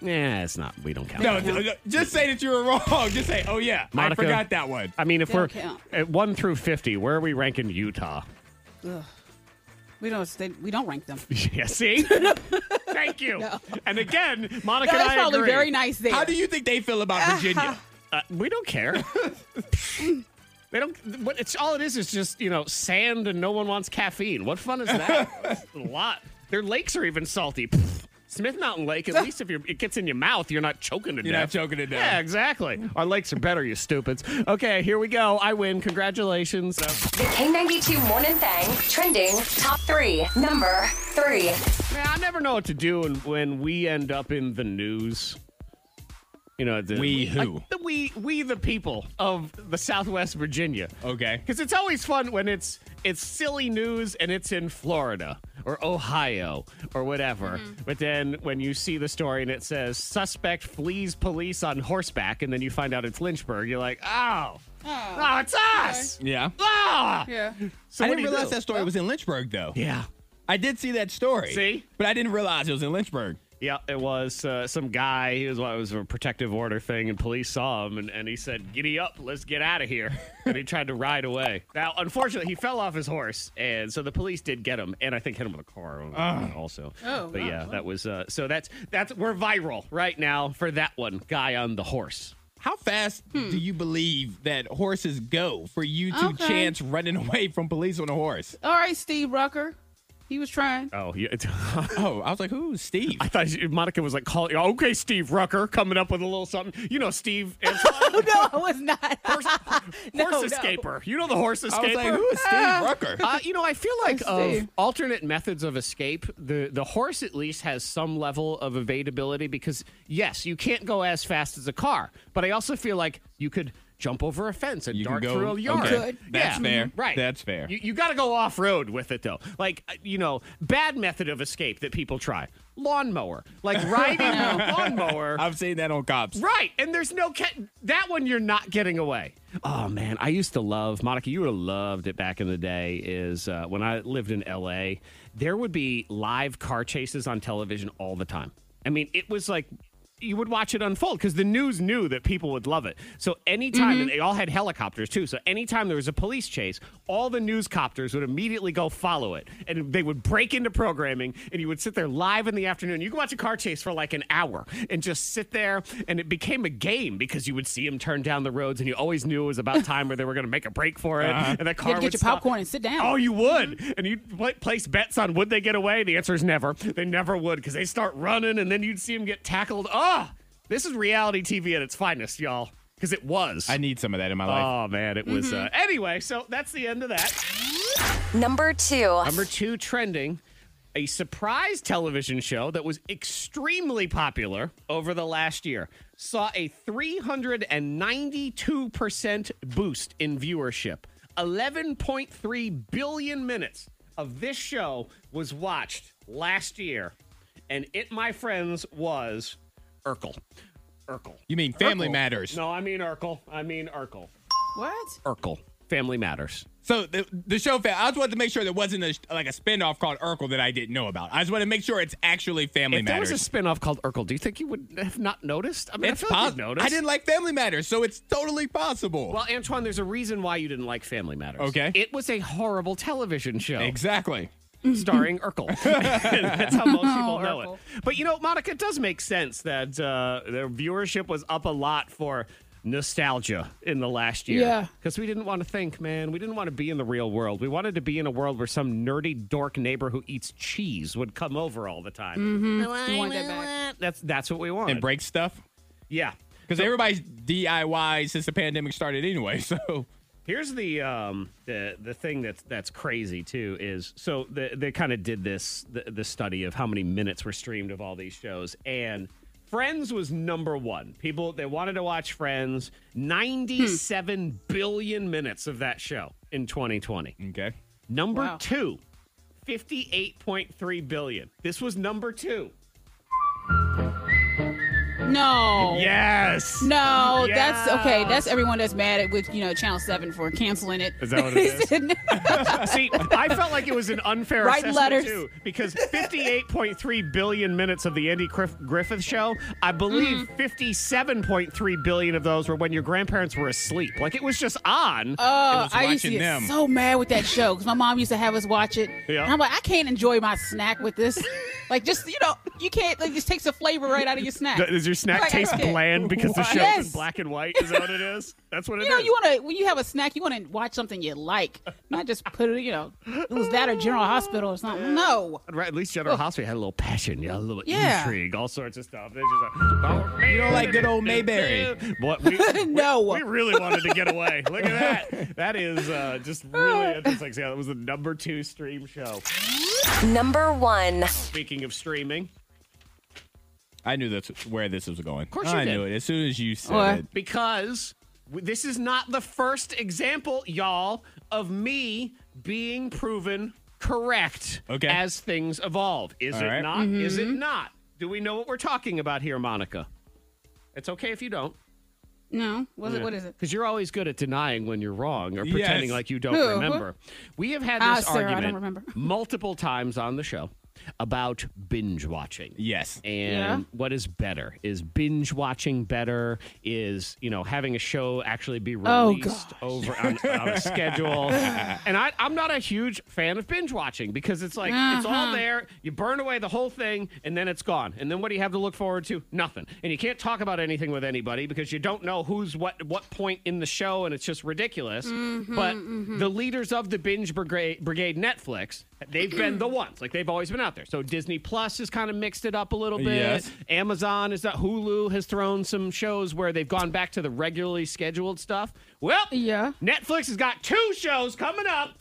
Yeah, it's not. We don't count.
No, no, no, just say that you were wrong. Just say, oh yeah,
Monica.
I forgot that one.
I mean, if
They
we're
don't count.
at one through fifty, where are we ranking Utah?
Ugh. We don't. Stay, we don't rank them.
yeah, see. Thank you. And again, Monica and
That's
I
probably
agree.
very nice there.
How do you think they feel about Virginia?
Uh, we don't care. they don't. But it's all it is is just you know sand and no one wants caffeine. What fun is that? a lot. Their lakes are even salty. Pfft. Smith Mountain Lake. At least if you're, it gets in your mouth, you're not choking to
You're not
death.
choking it down.
Yeah, exactly. Our lakes are better, you stupids. Okay, here we go. I win. Congratulations. Uh,
The K92 Morning Thang trending top three. Number three.
Man, I never know what to do when, when we end up in the news. You know, the,
We who?
like, the, we we the people of the Southwest Virginia.
Okay.
Because it's always fun when it's it's silly news and it's in Florida or Ohio or whatever. But then when you see the story and it says suspect flees police on horseback, and then you find out it's Lynchburg, you're like, oh, Oh, it's us.
Yeah.
Ah!
Yeah.
So
I
what
didn't
do you
realize
do?
that story was in Lynchburg, though.
Yeah.
I did see that story.
See?
But I didn't realize it was in Lynchburg.
Yeah, it was uh, some guy. He was, well, it was a protective order thing, and police saw him, and, and he said, "Giddy up, let's get out of here." and he tried to ride away. Now, unfortunately, he fell off his horse, and so the police did get him, and I think hit him with a car also.
Oh,
but
wow.
yeah, that was uh, so. That's that's we're viral right now for that one guy on the horse.
How fast do you believe that horses go for you to
Okay.
chance running away from police on a horse?
All right, Steve Rucker. He was trying.
Oh, yeah.
Oh, I was like, who's Steve?
I thought you- Monica was like calling. Okay, Steve Rucker, coming up with a little something. You know, Steve. Antoine,
no, I was not.
horse,
No,
horse
no.
escaper. You know the horse escaper.
I was like, who is Steve Rucker?
Uh, you know, I feel like
see.
of alternate methods of escape, the the horse at least has some level of evadability because yes, you can't go as fast as a car, but I also feel like you could jump over a fence and
You can
dart
go-
through a yard. Mm-hmm.
okay. You could. That's fair.
Right.
That's fair.
You, you got to go off road with it though. Like uh, you know, bad method of escape that people try: lawnmower, like riding a lawnmower.
I've seen that on cops.
Right, and there's no ca- that one. You're not getting away. Oh man, I used to love Monica. You would have loved it back in the day. Is uh, when I lived in L.A. There would be live car chases on television all the time. I mean, it was like you would watch it unfold because the news knew that people would love it. So anytime, and they all had helicopters too. So anytime there was a police chase, all the news copters would immediately go follow it, and they would break into programming, and you would sit there live in the afternoon. You could watch a car chase for like an hour and just sit there, and it became a game because you would see them turn down the roads, and you always knew it was about time where they were going to make a break for it, and the car
Uh-huh. You had to
would
get your
stop.
popcorn and Mm-hmm. sit down.
Oh, you would, and you pl- place bets on would they get away. The answer is never. They never would because they start running, and then you'd see them get tackled. Ah, this is reality TV at its finest, y'all. Because it was.
I need some of that in my life.
oh man, it was. Uh, anyway, so that's the end of that.
Number two.
Number two trending. A surprise television show that was extremely popular over the last year saw a 392% boost in viewership. 11.3 billion minutes of this show was watched last year. And it, my friends, was Urkel. Urkel.
You mean Family
Urkel.
Matters?
No, I mean Urkel. I mean Urkel.
What?
Urkel. Family Matters.
So the the show fa I just wanted to make sure there wasn't a, like a spinoff called Urkel that I didn't know about. I just want to make sure it's actually Family
If there
Matters.
was a spin-off called Urkel, do you think you would have not noticed? I mean,
it's
I feel like
pos-
you'd noticed.
I didn't like Family Matters, so it's totally possible.
Well, Antoine, there's a reason why you didn't like Family Matters.
Okay.
It was a horrible television show
exactly.
starring Urkel. That's how most people
Oh,
know
Urkel.
it. But you know, Monica, it does make sense that uh, their viewership was up a lot for nostalgia in the last year.
Yeah.
Because we didn't want to think, man. We didn't want to be in the real world. We wanted to be in a world where some nerdy dork neighbor who eats cheese would come over all the time.
You want that back?
That's that's what we want.
And break stuff
yeah.
because everybody's DIY since the pandemic started anyway. So
Here's the um, the the thing that's that's crazy too is so the, they kind of did this the, the study of how many minutes were streamed of all these shows and Friends was number one. People they wanted to watch Friends. Ninety seven billion minutes of that show in 2020.
okay,
Number
Wow.
two, 58.3 billion. This was number two.
No.
Yes.
No,
Yes.
that's okay. That's everyone that's mad at with you know Channel Seven for canceling it.
Is that what it
is?
See, I felt like it was an unfair
Write
assessment
letters.
too, because 58.3 billion minutes of the Andy Griff- Griffith Show, I believe 57.3 billion of those were when your grandparents were asleep. Like it was just on.
Oh,
was
I used to
watching
get
them.
so mad with that show because my mom used to have us watch it.
Yeah.
And I'm like, I can't enjoy my snack with this. like, just you know, you can't. Like, just takes the flavor right out of your snack.
Th- Does your snack
Like, I
taste
can't.
bland because the
What?
show's in
Yes.
black and white? Is that what it is? That's what it is.
You know, you want to when you have a snack, you want to watch something you like, not just put it. You know, it was that or General Hospital or something. No.
Right, at least General Hospital had a little passion, yeah, a little
Yeah.
intrigue, all sorts of stuff. They're just like, you
don't like good old Mayberry.
What we, we-
No.
we, really wanted to get away. Look at that. That is uh, just really interesting. Yeah, that was the number two stream show.
Number one.
Speaking of streaming,
I knew that's where this was going. Of
course you
I
did.
knew it as soon as you said
Or-
it.
because w- this is not the first example, y'all, of me being proven correct
Okay.
as things evolve. Is
All
it
right.
not? Is it not? Do we know what we're talking about here, Monica? It's okay if you don't.
No. What, what is it?
Because you're always good at denying when you're wrong or
Yes.
pretending like you don't
Uh-huh.
remember. We have had
Ah,
this
sir, I don't
argument
remember.
multiple times on the show about binge watching.
Yes.
And
Yeah.
what is better? Is binge watching better? Is, you know, having a show actually be
Oh,
released over on, on a schedule? And I, I'm not a huge fan of binge watching because it's like, it's all there. You burn away the whole thing and then it's gone. And then what do you have to look forward to? Nothing. And you can't talk about anything with anybody because you don't know who's what, what point in the show. And it's just ridiculous. but the leaders of the binge brigade, brigade Netflix, they've been the ones. Like they've always been out there. So Disney Plus has kind of mixed it up a little bit.
Yes.
Amazon is that Hulu has thrown some shows where they've gone back to the regularly scheduled stuff. Well,
Yeah.
Netflix has got two shows coming up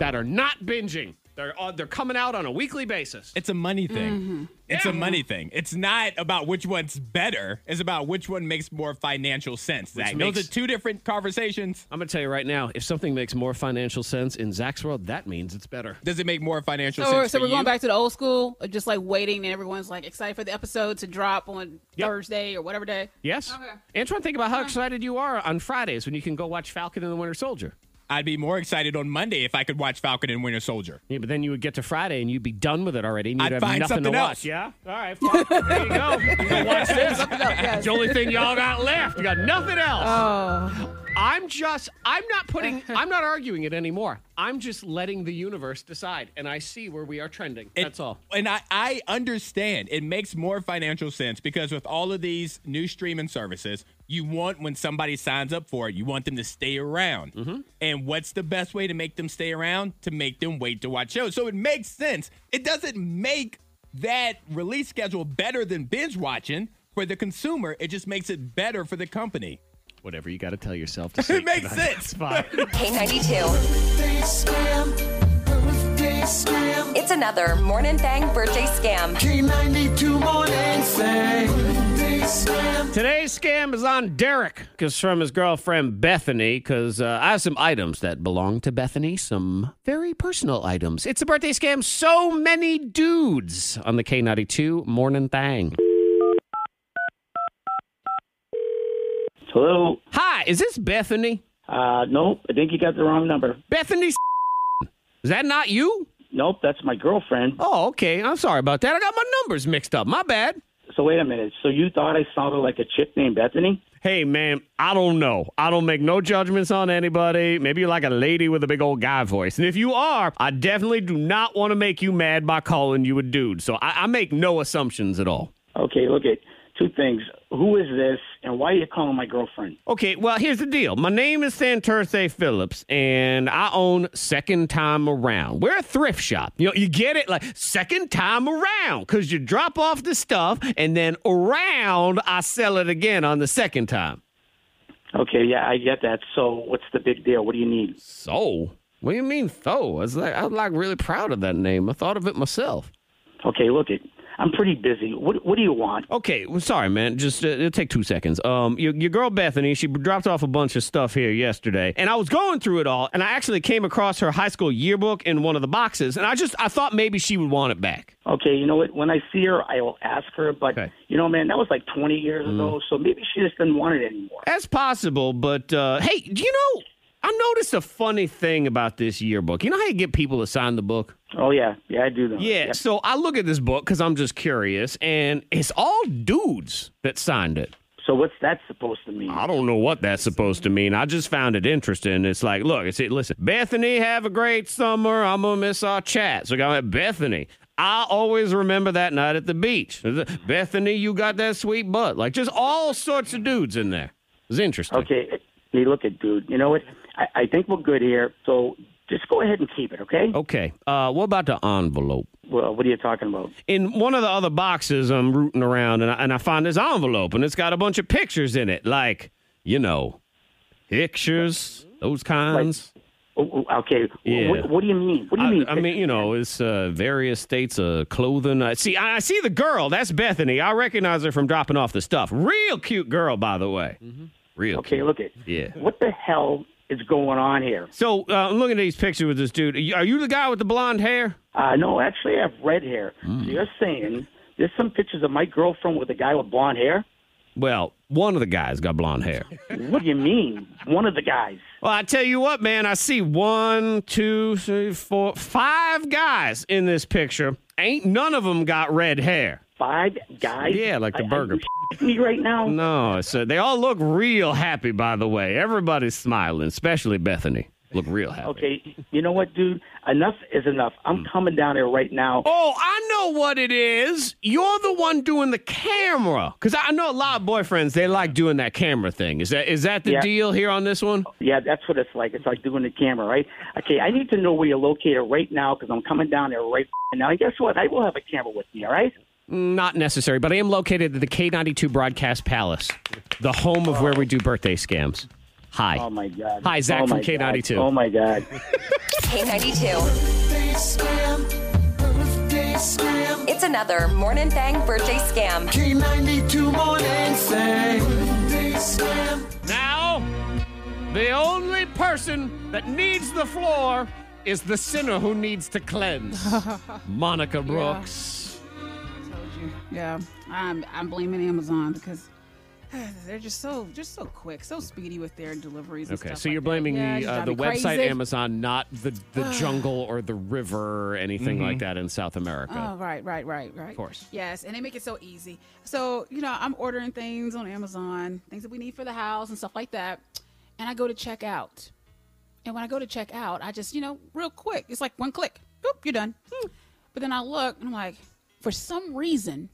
that are not binging. They're uh, they're coming out on a weekly basis.
It's a money thing. It's a money thing. It's not about which one's better. It's about which one makes more financial sense. Zach. Those
makes-
are two different conversations.
I'm gonna tell you right now, if something makes more financial sense in Zach's world, that means it's better.
Does it make more financial
So,
sense?
we're- so
for
we're
you?
going back to the old school, of just like waiting, and everyone's like excited for the episode to drop on
Yep.
Thursday or whatever day.
Yes,
Okay.
Antoine, think about how excited you are on Fridays when you can go watch Falcon and the Winter Soldier.
I'd be more excited on Monday if I could watch Falcon and Winter Soldier.
Yeah, but then you would get to Friday and you'd be done with it already, and you'd
I'd
have
find
nothing
something
to watch.
else.
Yeah, all right, fine. there you go. You can watch this. It's the only thing y'all got left. You got nothing else.
Oh.
I'm just. I'm not putting. I'm not arguing it anymore. I'm just letting the universe decide, and I see where we are trending.
It-
That's all.
And I, I understand it makes more financial sense because with all of these new streaming services, you want when somebody signs up for it, you want them to stay around.
Mm-hmm.
And what's the best way to make them stay around? To make them wait to watch shows. So it makes sense. It doesn't make that release schedule better than binge watching for the consumer. It just makes it better for the company.
Whatever you got to tell yourself to
It makes sense.
K92. It's another Morning Thang birthday scam.
Today's scam is on Derek, because from his girlfriend Bethany, because uh, I have some items that belong to Bethany, some very personal items. It's a birthday scam. So many dudes on the K92 morning thing.
Hello.
Hi, is this Bethany?
Uh, nope. I think you got the wrong number.
Bethany, is that not you?
Nope, that's my girlfriend.
Oh, okay. I'm sorry about that. I got my numbers mixed up. My bad.
So wait a minute. So you thought I sounded like a chick named Bethany?
Hey, man, I don't know. I don't make no judgments on anybody. Maybe you're like a lady with a big old guy voice. And if you are, I definitely do not want to make you mad by calling you a dude. So I, I make no assumptions at all.
Okay, look at two things. Who is this, and why are you calling my girlfriend?
Okay, well, here's the deal. My name is Santurce Phillips, and I own Second Time Around. We're a thrift shop. You know, you get it? Like, second time around, because you drop off the stuff, and then around, I sell it again on the second time.
Okay, yeah, I get that. So what's the big deal? What do you need?
So, what do you mean, though? I was like, I'm like really proud of that name. I thought of it myself.
Okay, look at. I'm pretty busy. What What do you want?
Okay, well, sorry, man. Just uh, it'll take two seconds. Um, your, your girl Bethany, she dropped off a bunch of stuff here yesterday, and I was going through it all, and I actually came across her high school yearbook in one of the boxes, and I just I thought maybe she would want it back.
Okay, you know what? When I see her, I will ask her. But
Okay. Mm.
you know, man, that was like 20 years ago. So maybe she just didn't want it anymore.
That's possible, but uh, hey, do you know? I noticed a funny thing about this yearbook. You know how you get people to sign the book?
Oh yeah, yeah, I do know.
Yeah, so I look at this book because I'm just curious, and it's all dudes that signed it.
So what's that supposed to mean?
I don't know what that's supposed to mean. I just found it interesting. It's like, look, it's it. Listen, Bethany, have a great summer. I'm gonna miss our chat. So, I got Bethany. I always remember that night at the beach. Bethany, you got that sweet butt. Like, just all sorts of dudes in there. It was interesting.
Okay. Hey, look at dude. You know what? I, I think we're good here. So just go ahead and keep it, okay?
Okay. Uh, what about the envelope?
Well, what are you talking about?
in one of the other boxes I'm rooting around and I, and I find this envelope and it's got a bunch of pictures in it like you know pictures those kinds
Oh, oh, okay.
Yeah.
What, what do you mean? What do you
I,
mean?
I mean you know it's uh, various states of clothing I see I, I see the girl that's Bethany I recognize her from dropping off the stuff real cute girl by the way real
Mm-hmm. Okay,
cute
look at.
Yeah.
What the hell is going on here?
so uh, I'm looking at these pictures with this dude Are you- are you the guy with the blonde hair
Uh, no, actually,
Hmm.
I have red hair. So you're saying there's some pictures of my girlfriend with a guy with blonde hair?
Well, one of the guys got blonde hair.
What do you mean? One of the guys.
Well, I tell you what, man, I see one, two, three, four, five guys in this picture. Ain't none of them got red hair.
Five guys?
Yeah, like the
Are- are
burger.
you shitting me right now?
No, so they all look real happy, by the way. Everybody's smiling, especially Bethany. Look real happy.
Okay, you know what, dude? Enough is enough.
Hmm.
I'm coming down there right now.
Oh, I know what it is. You're the one doing the camera. Because I know a lot of boyfriends, they like doing that camera thing. Is that is that the
Yeah.
deal here on this one?
Yeah, that's what it's like. It's like doing the camera, right? Okay, I need to know where you're located right now because I'm coming down there right now. And guess what? I will have a camera with me, all right?
Not necessary, but I am located at the K92 Broadcast Palace, the home of where we do birthday scams. Hi.
Oh, my God.
Hi, Zach
Oh,
from
my
K92.
God. Oh, my God.
K92. It's another Morning Thang birthday scam.
Now, the only person that needs the floor is the sinner who needs to cleanse. Monica Brooks.
Yeah, I'm I'm blaming Amazon because they're just so just so quick, so speedy with their deliveries. And
Okay,
stuff
so you're
like that.
blaming
Yeah,
the
just
uh, the
drive me
website
crazy.
Amazon, not the the jungle or the river or anything like that in South America.
Mm-hmm. Oh, right, right, right, right. Of
course.
Yes, and they make it so easy. So, you know, I'm ordering things on Amazon, things that we need for the house and stuff like that. And I go to check out. And when I go to check out, I just, you know, real quick, it's like one click, boop, you're done. Hmm. But then I look and I'm like, for some reason,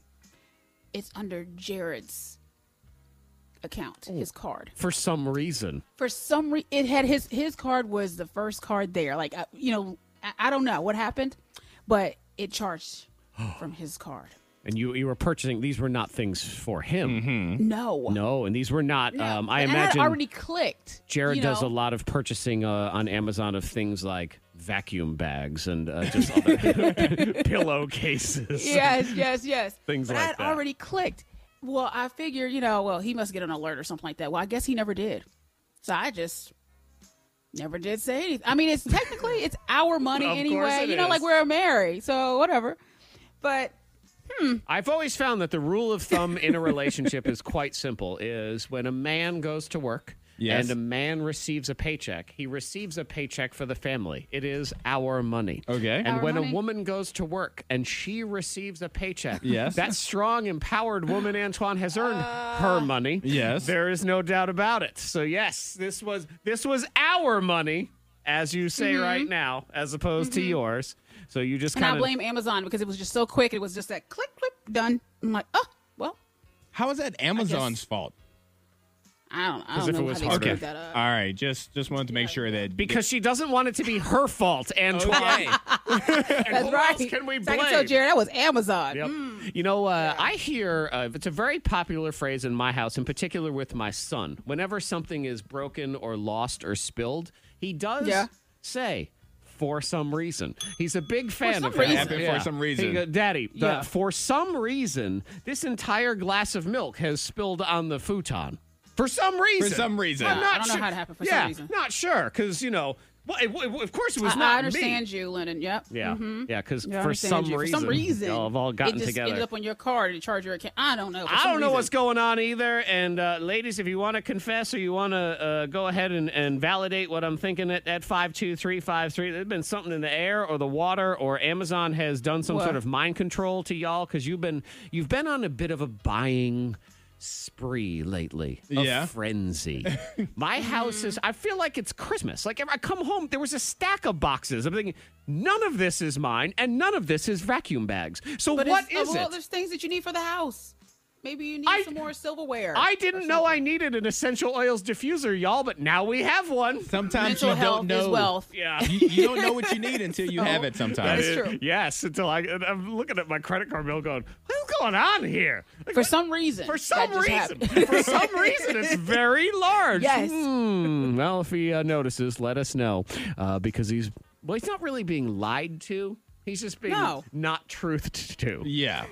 it's under Jared's account, his card
For some reason,
for some reason it had his his card was the first card there like I, you know I, I don't know what happened but it charged from his card
and you you were purchasing these were not things for him.
no
Hmm? No, and these were not. Um, I
And
imagine
I Mm-hmm. had already clicked
Jared
you
does a
know.
lot of purchasing uh, on Amazon of things like vacuum bags and uh, just other pillowcases.
yes yes yes
Things
but
like
I had
that.
already clicked well I figured you know well he must get an alert or something like that well I guess he never did so I just never did say anything I mean it's technically it's our money
Of course
anyway
it
you know
is.
like we're married so whatever but
I've always found that the rule of thumb in a relationship is quite simple: is when a man goes to work
Yes.
and a man receives a paycheck, he receives a paycheck for the family. It is our money.
Okay.
And
Our
when a
money.
woman goes to work and she receives a paycheck,
Yes.
that strong, empowered woman Antoine has earned
Uh,
her money.
yes.
There is no doubt about it. So yes, this was this was our money, as you say right now, as opposed to yours. So you just
Mm-hmm. And
kind
I
of
blame Amazon because it was just so quick. It was just that click, click, done. I'm like, oh, well,
How is that Amazon's fault?
I don't, I
'Cause
don't
if
know
it
how
was
they
harder- Uh,
screwed
Okay.
that up.
All right, just just wanted to make sure that
because she doesn't want it to be her fault, Antoine.
Okay.
That's
who
right.
else can we
So I
blame?
can tell Jared that was Amazon.
Yep.
Mm.
You know, uh, I hear uh, it's a very popular phrase in my house, in particular with my son. Whenever something is broken or lost or spilled, he does
Yeah.
say, for some reason. He's a big fan
some
of that.
reason. Happy
for some reason.
He go, Daddy, the-
Yeah.
for some reason, this entire glass of milk has spilled on the futon. For some reason.
some reason.
I'm
Yeah,
not
I don't know
sure-
how it happened for some
yeah,
reason.
Not sure, because, you know, well, it- it- of course it was
I,
not
I understand you, Lennon. Yep. Mm-hmm.
me. Yeah, yeah, because
Yeah, I
for,
understand
some
you.
reason,
for some reason,
y'all have all
it
gotten
just
together.
ended up on your card and charged your account. I don't know. For
I
some
don't know
reason.
what's going on either. And uh, ladies, if you want to confess or you want to uh, go ahead and, and validate what I'm thinking at, at 52353, there's been something in the air or the water or Amazon has done some sort of mind control to y'all because you've been you've been on a bit of a buying spree lately. A
Yeah.
frenzy. My house is I feel like it's Christmas. Like if I come home, there was a stack of boxes. I'm thinking none of this is mine and none of this is vacuum bags. So
But
what
it's,
is
of all,
it?
There's things that you need for the house. Maybe you need
I-
some more silverware.
I didn't know I needed an essential oils diffuser, y'all, but now we have one.
sometimes
Mental
you
health
don't know
is wealth.
Yeah.
You, you don't know what you need until you have it.
That
Sometimes
is true.
Yes, until I, and I'm looking at my credit card bill going, what's going on here? Like,
For
what-
some reason.
for
that
some
just
reason.
happened.
for some reason, it's very large.
Yes.
Hmm. Well, if he uh, notices, let us know uh, because he's, well, he's not really being lied to. He's just being
No.
not truthed to.
Yeah.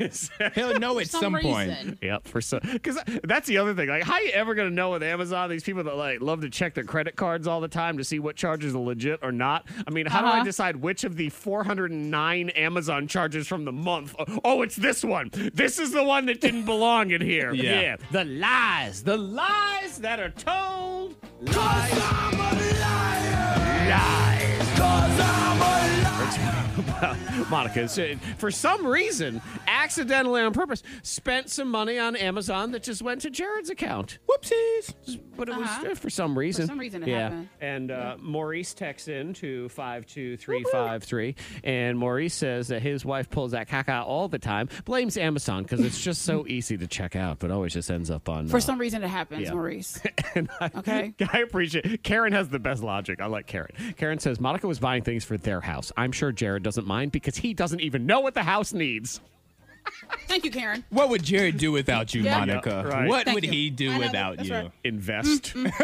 He'll know at
some,
some, point.
reason.
Yep, for so because that's the other thing. Like, how you ever gonna know with Amazon? These people that like love to check their credit cards all the time to see what charges are legit or not. I mean, how do I
Uh-huh.
decide which of the 409 Amazon charges from the month? Oh, it's this one. This is the one that didn't belong in here.
Yeah.
the lies, the lies that are told. Lies. Lies. Monica, it's, uh, for some reason, accidentally on purpose, spent some money on Amazon that just went to Jared's account.
Whoopsies.
Just- But it was uh, for some reason.
Uh-huh. some reason it
yeah.
happened.
And uh, Maurice texts in to 52353. And Maurice says that his wife pulls that caca all the time, blames Amazon because it's just so easy to check out, but always just ends up on.
For
uh,
some reason, it happens,
Yeah.
Maurice. okay.
I appreciate Karen has the best logic. I like Karen. Karen says Monica was buying things for their house. I'm sure Jared doesn't mind because he doesn't even know what the house needs.
Thank you, Karen.
What would Jared do without you,
Yeah.
Monica?
Yeah, right.
What
Thank
would
you.
he do
I know,
without
that's
you?
right.
Invest.
Spend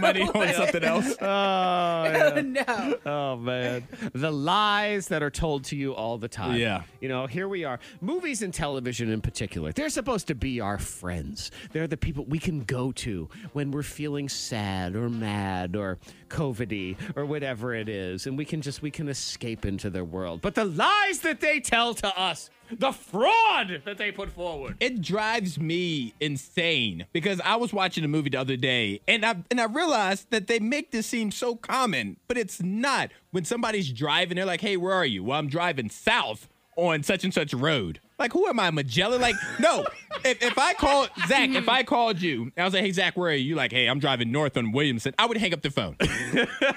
money on something else.
no.
Oh man, the lies that are told to you all the time.
Yeah.
you know, here we are. Movies and television, in particular, they're supposed to be our friends. They're the people we can go to when we're feeling sad or mad or COVIDy or whatever it is, and we can just we can escape into their world. But the lies that they tell to us, the fraud that they put forward.
it drives me insane because I was watching a movie the other day and I and I realized that they make this seem so common, but it's not. When somebody's driving, they're like, "Hey, where are you?" Well, I'm driving south on such and such road. Like, who am I, Magellan? Like, no. if, if I called Zach, if I called you, and I was like, "Hey, Zach, where are you?" You Like, "Hey, I'm driving north on Williamson." I would hang up the phone.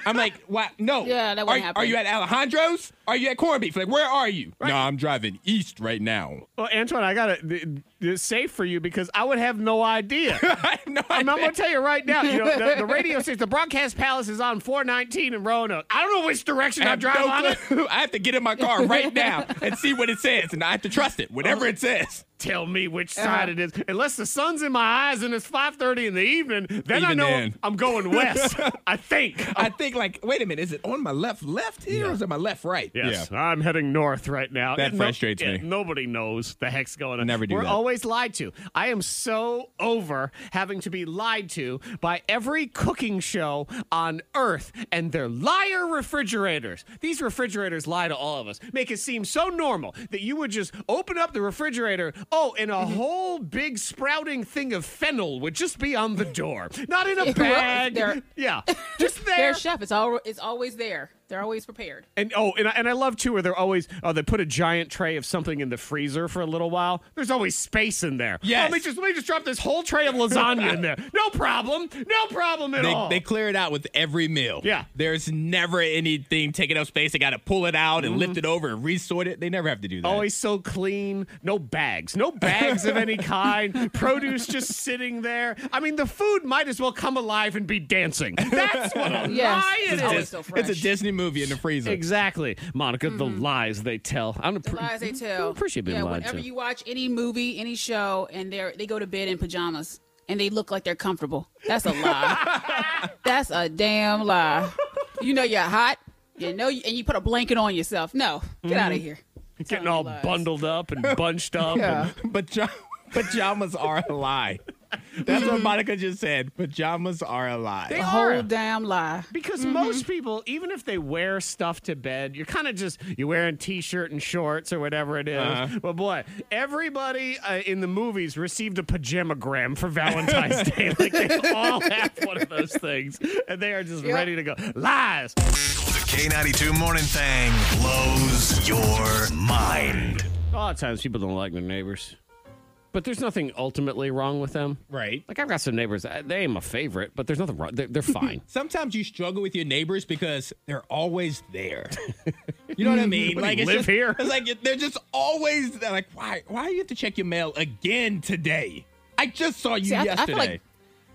I'm like, "Why? No.
Yeah, that
are,
wouldn't happen.
are you at Alejandro's? Are you at Corned Beef? Like, where are you? No, I'm driving east right now.
Well, Antoine, I got it. It's safe for you because I would have no idea.
I have no
I'm, I'm
idea.
gonna tell you right now. You know, the, the radio says the broadcast palace is on 419 in Roanoke. I don't know which direction I,
have
drive
no
on it.
clue. I have to get in my car right now and see what it says, and I have to trust it, whatever
Oh.
it says.
Tell me which
Uh-huh.
side it is. Unless the sun's in my eyes and it's 5:30 in the evening, then I
Even
know
then.
I'm going west. I think.
I think, like, wait a minute, is it on my left, left here, or is it my left, right?
Yes, I'm heading north right now.
That
And
frustrates me.
Nobody knows the heck's going on.
Never do
We're
that.
always lied to. I am so over having to be lied to by every cooking show on earth and their liar refrigerators. These refrigerators lie to all of us, make it seem so normal that you would just open up the refrigerator. Oh, and
Mm-hmm.
a whole big sprouting thing of fennel would just be on the door, not in a
Well,
bag.
they're-
yeah, just
Their
there.
chef is all it's always there. They're always prepared.
And oh, and I, and I love too where they're always oh they put a giant tray of something in the freezer for a little while. There's always space in there. Yeah.
Yes.
Let me just let me just drop this whole tray of lasagna in there. No problem. No problem at
They,
all.
they clear it out with every meal.
Yeah.
There's never anything taking up space. They got to pull it out and
Mm-hmm.
lift it over and resort it. They never have to do that.
always so clean. No bags. No bags of any kind. Produce just sitting there. I mean, the food might as well come alive and be dancing. That's what a
Yes.
lie it
It's
is.
always
It's,
so
it's
fresh.
a Disney movie in the freezer.
Exactly, Monica. The lies they tell. I'm the
Mm-hmm. Lies they tell.
mm, Appreciate being
yeah,
lied
whenever
to.
you watch any movie, any show, and they are they go to bed in pajamas and they look like they're comfortable. That's a lie. That's a damn lie. You know you're hot. You know, you, and you put a blanket on yourself. No, get out
Mm-hmm.
of here.
Getting all
lies.
bundled up and bunched up. and-
Paj- pajamas are a lie. That's what Monica just said. Pajamas are a lie.
They
The
are.
whole damn lie.
Because most people, even if they wear stuff to bed, you're kind of just you're wearing t-shirt and shorts or whatever it is. But boy, everybody uh, in the movies received a pajamagram for Valentine's Day. Like they all have one of those things, and they are just ready to go. Lies.
The K92 Morning Thang blows your mind.
A lot of times, people don't like their neighbors, but there's nothing ultimately wrong with them.
Right.
Like I've got some neighbors. uh, They ain't my favorite, but there's nothing wrong. They're, they're fine.
sometimes you struggle with your neighbors because they're always there. You know what I mean?
What do you live
just,
here?
It's like they're just always they're like, why? Why do you have to check your mail again today? I just saw you
See, I, I
yesterday.
feel like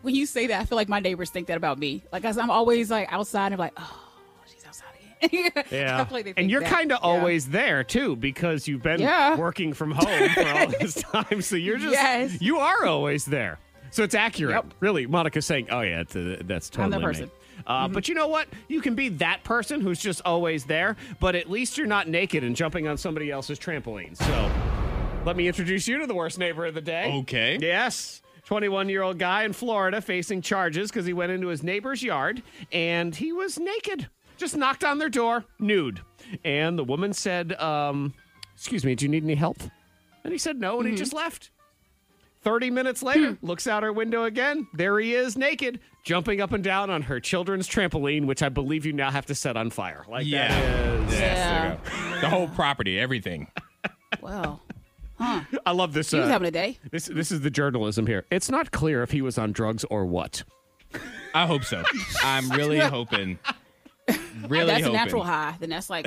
when you say that, I feel like my neighbors think that about me. Like, 'cause I'm always like outside and like, oh, she's outside again. I
Yeah.
feel like they think
and you're
that.
kind of
Yeah.
always there too because you've been
Yeah.
working from home for all this time. So you're just,
Yes.
you are always there. So it's accurate.
Yep.
Really, Monica's saying, oh, yeah, it's, uh, that's totally
I'm that
me."
person. Mm-hmm.
Uh, But you know what? You can be that person who's just always there, but at least you're not naked and jumping on somebody else's trampoline. So let me introduce you to the worst neighbor of the day.
Okay.
Yes. 21 year old guy in Florida facing charges because he went into his neighbor's yard and he was naked. Just knocked on their door, nude. And the woman said, um, Excuse me, do you need any help? And he said no, and
Mm-hmm.
he just left. 30 minutes later,
Hmm.
looks out her window again. There he is, naked, jumping up and down on her children's trampoline, which I believe you now have to set on fire. Like that.
Yeah.
Yeah.
The whole property, everything.
Well,
I love this.
he was
uh,
having a day.
This this is the journalism here. It's not clear if he was on drugs or what.
I hope so. I'm really hoping. Really
That's
hoping.
a natural high. Then that's like,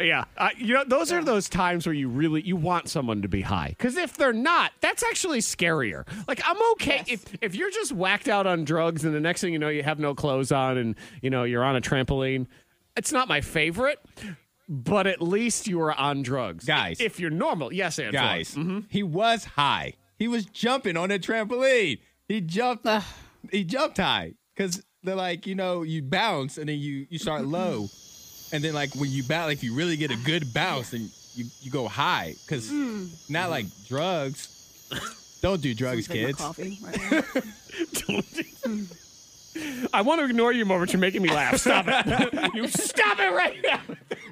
Yeah, uh, you know those are those times where you really you want someone to be high because if they're not, that's actually scarier. Like I'm okay if if you're just whacked out on drugs and the next thing you know you have no clothes on and you know you're on a trampoline. It's not my favorite, but at least you are on drugs,
Guys.
If you're normal, yes, Antoine.
Guys,
Mm-hmm.
he was high. He was jumping on a trampoline. He jumped. he jumped high because they're like you know you bounce and then you you start low, and then like when you bounce, like you really get a good bounce and you you go high because not like drugs. Don't do drugs,
like
kids.
coffee. Right
I want to ignore you, moment. You're making me laugh. Stop it! you stop it right now.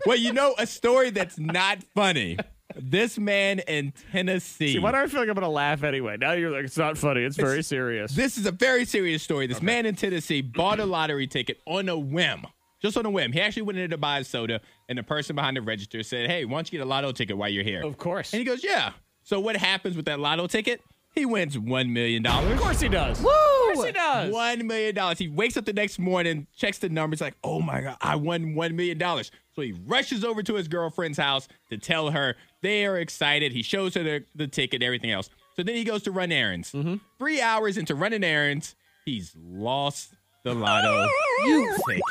Well, you know a story that's not funny. This man in Tennessee.
See, why do I feel like I'm gonna laugh anyway? Now you're like, it's not funny. It's very serious.
This is a very serious story. This man in Tennessee bought a lottery ticket on a whim. Just on a whim. He actually went in to buy a soda, and the person behind the register said, Hey, why don't you get a lotto ticket while you're here?
of course,
And he goes, Yeah. So what happens with that lotto ticket? He wins $1 million.
of course he does.
Woo!
Of course he does.
One million dollars. He wakes up the next morning, checks the numbers, like, oh my god, I won one million dollars. So he rushes over to his girlfriend's house to tell her. They are excited. He shows her the, the ticket, everything else. So then he goes to run errands. Three hours into running errands, he's lost the lotto ticket.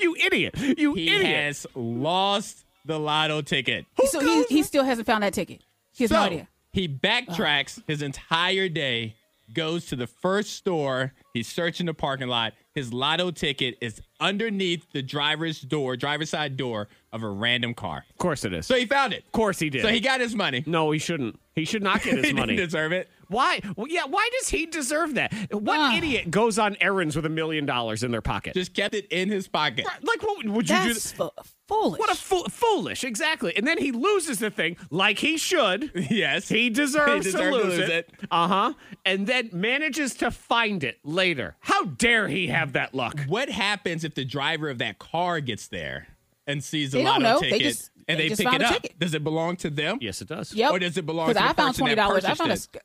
You idiot. You
He
idiot.
has lost the lotto ticket.
so he, he still hasn't found that ticket. He has
So
no idea.
he backtracks his entire day, goes to the first store. He's searching the parking lot. His lotto ticket is underneath the driver's door, driver's side door of a random car.
of course it is.
So he found it.
of course he did.
So he got his money.
no, he shouldn't. He should not get
he
his money.
didn't deserve it.
why? Well, yeah, why does he deserve that? What
Ah.
idiot goes on errands with a million dollars in their pocket?
Just kept it in his pocket.
like what would you do?
That's fo- foolish.
What a fool foolish, exactly. And then he loses the thing like he should.
Yes.
He deserves
He
to,
deserved
lose it. Uh huh. And then manages to find it later. How dare he have that luck?
What happens if the driver of that car gets there and sees the
They don't
lotto
know. They
ticket
just-
and
they
they,
just
pick
found
it
a
up?
ticket.
Does it belong to them?
Yes, it does.
Yep.
Or does it belong
'Cause
to the
I found
person that
$20. I
purchased
found, a,
it?
sc-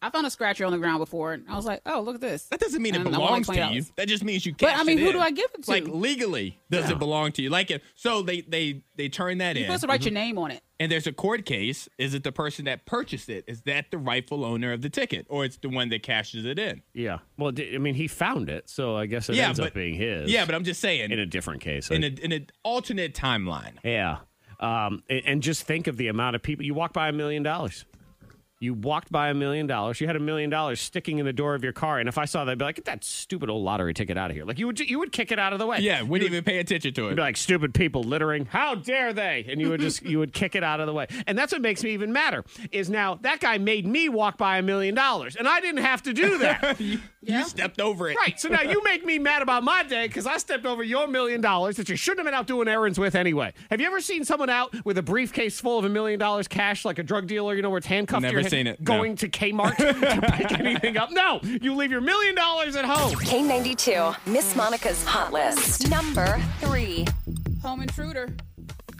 I found a scratcher on the ground before, and I was like, "Oh, look at this."
That doesn't mean it
And I won,
belongs
like,
to you.
$20.
That just means you.
But, I
cashed
mean, who
in.
do I give it to?
Like legally, does it belong to you? Like, if, so they they they turn that
You're
in,
supposed to write your name on it.
and there's a court case. Is it the person that purchased it? Is that the rightful owner of the ticket, or it's the one that cashes it in?
Yeah. Well, d- I mean, he found it, so I guess it
yeah,
ends
but
up being his.
Yeah, but I'm just saying
in a different case.
in a, in an alternate timeline.
yeah. Um, a- and, just think of the amount of people you walk by a million dollars. You walked by a million dollars. You had a million dollars sticking in the door of your car, and if I saw that, I'd be like, "Get that stupid old lottery ticket out of here!" Like you would, ju- you would kick it out of the way.
Yeah,
You
wouldn't
would-
even pay attention to
You'd
it.
be like, stupid people littering. How dare they? And you would just you would kick it out of the way. And that's what makes me even madder is now that guy made me walk by a million dollars, and I didn't have to do that.
You stepped over it.
Right. So now you make me mad about my day because I stepped over your million dollars that you shouldn't have been out doing errands with anyway. Have you ever seen someone out with a briefcase full of a million dollars cash, like a drug dealer, you know, where it's handcuffed? to
Never
your hand-
seen it, no.
Going to Kmart to pick anything up? No. You leave your million dollars at home.
K92, Miss Monica's Hot List. Number three.
Home intruder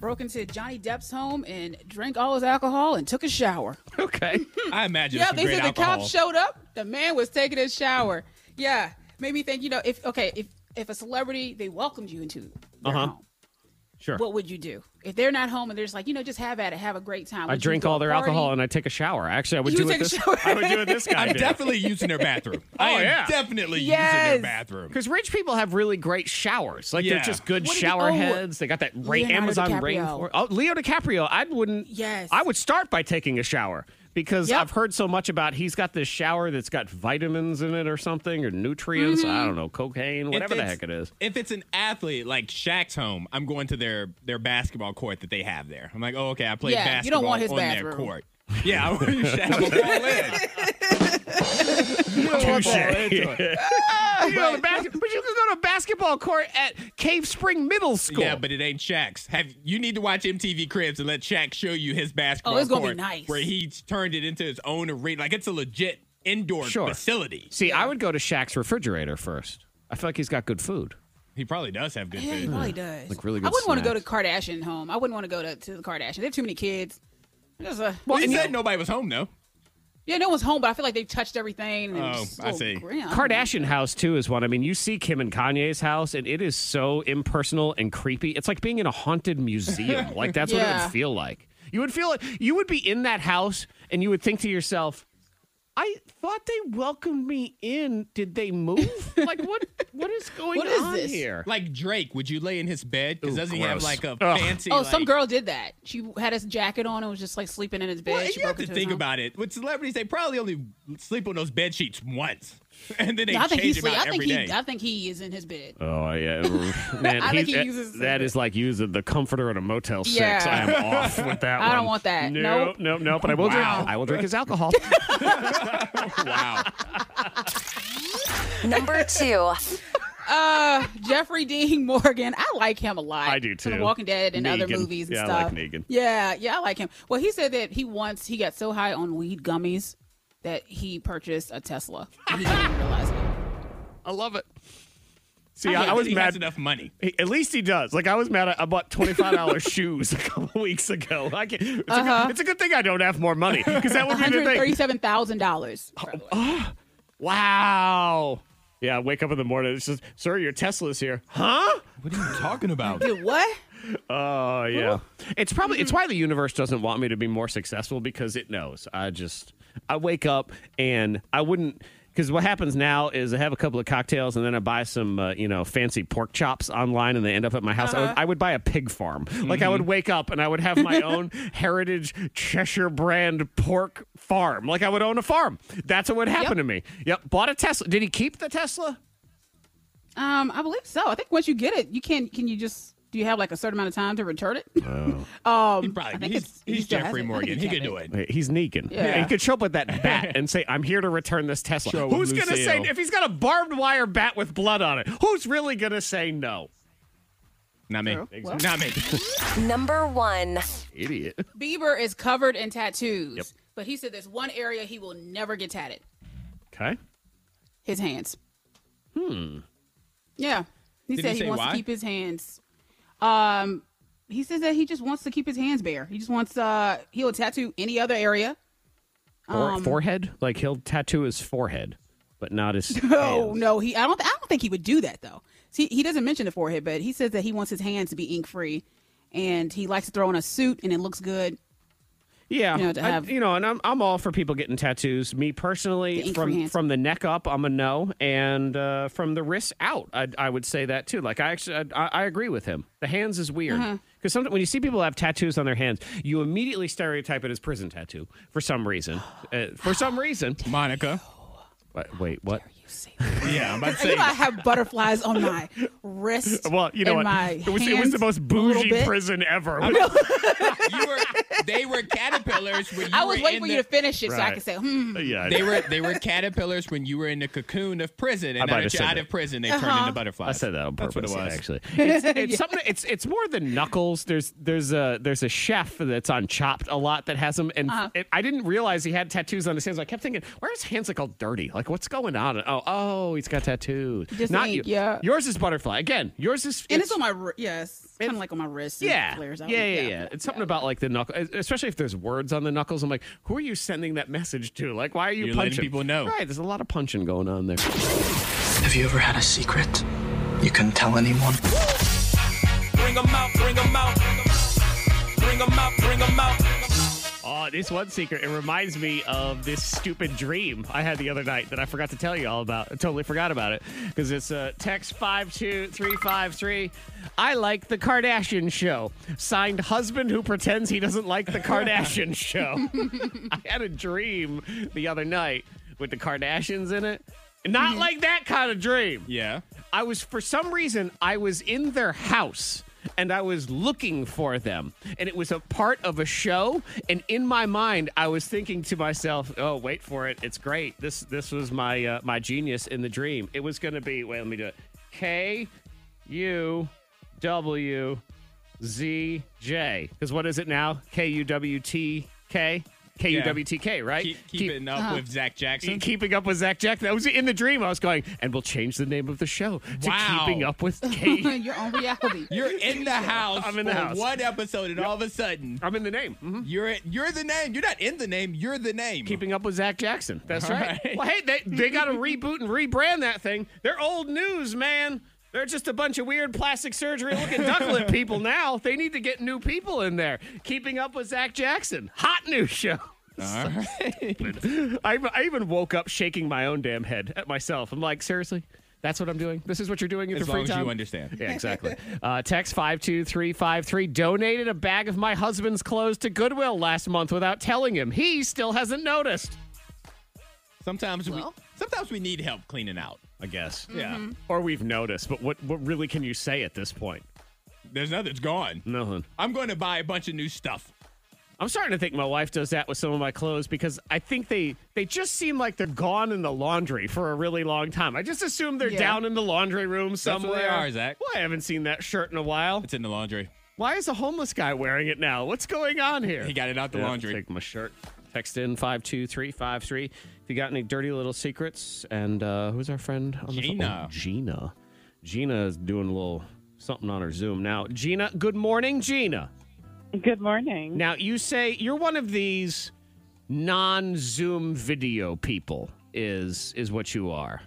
broke into Johnny Depp's home and drank all his alcohol and took a shower.
Okay.
I imagine.
Yeah,
some
they
great
said the
alcohol.
cops showed up. The man was taking a shower. Yeah, made me think. You know, if okay, if if a celebrity they welcomed you into their
Uh-huh.
home,
Sure.
what would you do if they're not home and they're just like, you know, just have at it, have a great time?
I drink all their alcohol and I take a shower. Actually, I would
You
do
would
it
take a
this.
shower.
I would do it this guy.
I'm
did.
definitely using their bathroom.
Oh,
I am
yeah.
definitely
Yes.
using their bathroom.
Because rich people have really great showers. Like they're
Yeah.
just good
What did he-
shower
oh,
heads. They got that ra-
Leonardo
Amazon
DiCaprio.
rainforest. Oh, Leo DiCaprio. I wouldn't.
Yes.
I would start by taking a shower. because
Yep.
I've heard so much about he's got this shower that's got vitamins in it or something or nutrients.
Mm-hmm.
I don't know, cocaine, whatever the
it's-
heck it is.
If it's an athlete like Shaq's home, I'm going to their their basketball court that they have there. I'm like, oh, okay, I play
Yeah,
basketball
you don't want his
on
bathroom.
their court. Yeah, I want Shaq to fall in. you don't want to fall into it.
You go to the basket- but you can go to a basketball court at Cave Spring Middle School.
Yeah, but it ain't Shaq's. Have you need to watch MTV Cribs and let Shaq show you his basketball?
Oh, it's gonna be
court
nice.
Where he's turned it into his own arena, like it's a legit indoor
Sure.
facility.
See, I would go to Shaq's refrigerator first. I feel like he's got good food.
He probably does have good
Yeah, he
food.
probably does.
Like really
I
good
wouldn't want to go to
snacks.
Kardashian home. I wouldn't want to go to, to the Kardashian. They have too many kids. There's a,
Well,
there's
you
a-
said nobody was home though.
yeah, no one's home, but I feel like they touched everything. And it was
Oh,
just a
I
little
see.
grim.
Kardashian house too is one. I mean, you see Kim and Kanye's house, and it is so impersonal and creepy. It's like being in a haunted museum. like that's what it
Yeah.
would feel like. You would feel like you would be in that house, and you would think to yourself, "I thought they welcomed me in. Did they move? like what? What is going
What is
on
this?
here?"
Like Drake, would you lay in his bed? Because
Ooh,
doesn't he have
gross.
like a
Ugh.
fancy?
Oh,
like,
some girl did that. She had his jacket on and was just like sleeping in his bed.
Well,
she
you have
broke
to
into his
think
home.
about it. With celebrities, they probably only sleep on those bed sheets once, and then they
Yeah, I think
change
he's.
them
Sleep.
out
I think
every
he.
day.
I think he is in his bed.
Oh yeah, man.
I think
he-
he uses
that
the-
is like using the comforter at a Motel Six.
Yeah.
I am off with that.
I
one.
don't want that.
No,
Nope.
no, no. But I will
Wow.
drink. I will drink his alcohol.
wow.
Number two.
Uh, Jeffrey Dean Morgan. I like him a lot.
I do,
From The
too.
Walking Dead and other
Negan.
movies and
Yeah, I like
stuff.
Negan.
Yeah, yeah, I like him. Well, he said that he once he got so high on weed gummies that he purchased a Tesla. And he didn't even realize it.
I love it. See,
Yeah,
I, I was
he
mad.
Has enough money.
He- At least he does. Like I was mad. I bought twenty five dollars shoes a couple weeks ago. I can't, it's, a good, it's a good thing I don't have more money because that would
One
be the
hundred
thing.
thirty-seven thousand dollars.
Oh, Wow. Yeah, I wake up in the morning. It's just, sir, your Tesla's here. Huh?
What are you talking about?
Did what?
Oh yeah. Mm-hmm. It's probably it's why the universe doesn't want me to be more successful because it knows. I just I wake up and I wouldn't because what happens now is I have a couple of cocktails and then I buy some uh, you know fancy pork chops online and they end up at my house. I, would, I would buy a pig farm. Like I would wake up and I would have my own heritage Cheshire brand pork farm. Like I would own a farm. That's what would happen
Yep.
to me. Yep. Bought a Tesla. Did he keep the Tesla?
Um, I believe so. I think once you get it, you can. Can you just? Do you have like a certain amount of time to return it?
He
I
probably
think
he's,
it's- he
he's
still has
Jeffrey
it. I think
Morgan.
he
He
can
could
do
do it.
Hey, He's Negan.
Yeah.
He could show up with that bat and say, I'm here to return this Tesla.
Show up
Who's
with
going to say,
Lucille.
if he's got a barbed wire bat with blood on it, who's really going to say no?
Not me.
Well-
Not me.
Number one.
Idiot.
Bieber is covered in tattoos, but he said there's one area he will never get tatted:
Okay.
his hands. Hmm. Yeah, he
Did
said
he
he,
say
wants
why?
to keep his hands. Um, he says that he just wants to keep his hands bare. He just wants. Uh, he'll tattoo any other area.
Or
Um,
forehead? Like he'll tattoo his forehead, but not his.
Oh no, he. I don't. I don't think he would do that though. See, he doesn't mention the forehead, but he says that he wants his hands to be ink free, and he likes to throw on a suit and it looks good.
Yeah,
you know, to
I-
have-
you know, and I'm I'm all for people getting tattoos. Me
The
personally,
ink
from
free hands.
from the neck up, I'm a no, and uh, from the wrists out, I, I would say that too. Like I actually, I, I agree with him. The hands is weird
Uh-huh.
because sometimes when you see people have tattoos on their hands, you immediately stereotype it as prison tattoo for some reason. Uh, for some reason,
Monica.
Wait, wait, what?
Yeah, I'm about to
You
say.
know, I have butterflies on my wrist.
Well, you know
and
what?
My
It was it was the
hands
most
a little
bougie
bit.
prison ever.
you were, they were caterpillars when you
I
were
was waiting
in
for
the,
you to finish it so I
Right.
could say, hmm.
yeah,
They were they were caterpillars when you were in the cocoon of prison, and
might
now
have
that you're
said
out
that.
of prison, they turned
Uh-huh.
into butterflies.
I said that on purpose.
That's what it was.
Actually, it's, it's something. It's it's more than knuckles. There's there's a there's a chef that's on Chopped a lot that has them, and it, I didn't realize he had tattoos on his hands. I kept thinking, why are his hands like all dirty? Like what's going on? And, oh oh, he's got tattoos.
Just
Not
ink,
you.
yeah.
Yours is butterfly again. Yours is
And it's on my wrist. Yes. Kind of like on my wrist. and
yeah.
it flares
yeah,
out.
yeah, yeah, It's something about like the knuckle, especially if there's words on the knuckles. I'm like, who are you sending that message to? Like, why are you
You're letting
punching
people know.
Right, there's a lot of punching going on there.
Have you ever had a secret you couldn't tell anyone?
Oh, about this one secret. It reminds me of this stupid dream I had the other night that I forgot to tell you all about. I totally forgot about it because it's uh, text 52353. I like the Kardashian show. Signed husband who pretends he doesn't like the Kardashian show. I had a dream the other night with the Kardashians in it. Not like that kind of dream.
Yeah.
I was for some reason I was in their house and I was looking for them and it was a part of a show and in my mind I was thinking to myself, "Oh, wait for it. It's great. This this was my uh, my genius in the dream. It was going to be wait, let me do it. K U W Z J. Cuz what is it now? K U W T K K U W T K, right?
Keep, keeping up
uh-huh.
with Zach Jackson.
Keeping up with Zach Jackson. That was in the dream. I was going, and we'll change the name of the show to
Wow.
Keeping Up with Kate.
Your own reality.
You're in the house.
I'm in the
for
house.
One episode, and all of a sudden,
I'm in the name. Mhm.
you're you're the name. You're not in the name. You're the name.
Keeping Up with Zach Jackson. That's
All
right.
right.
Well, hey, they, they got to reboot and rebrand that thing. They're old news, man. They're just a bunch of weird plastic surgery looking ducklet people now. They need to get new people in there. Keeping Up with Zach Jackson. Hot new show.
All right.
I, I even woke up shaking my own damn head at myself. I'm like, seriously? That's what I'm doing? This is what you're doing in
As
your free
long as
time?
you understand.
Yeah, exactly. Uh, text 52353 donated a bag of my husband's clothes to Goodwill last month without telling him. He still hasn't noticed.
Sometimes
Well. Mm-hmm.
we sometimes we need help cleaning out.
I guess.
Yeah.
Or we've noticed, but what, what really can you say at this point?
There's nothing. It's gone.
Nothing.
I'm going to buy a bunch of new stuff.
I'm starting to think my wife does that with some of my clothes because I think they they just seem like they're gone in the laundry for a really long time. I just assume they're
Yeah.
down in the laundry room
what they
somewhere.
are, Zach.
Well, I haven't seen that shirt in a while.
It's in the laundry.
Why is a homeless guy wearing it now? What's going on here?
He got it out the
Yeah,
laundry.
Take my shirt. Text in five two three five three. If you got any dirty little secrets, and uh, who's our friend? On the phone?
Gina.
Oh, Gina. Gina is doing a little something on her Zoom now. Gina, good morning, Gina.
Good morning.
Now you say you're one of these non-Zoom video people. Is is what you are.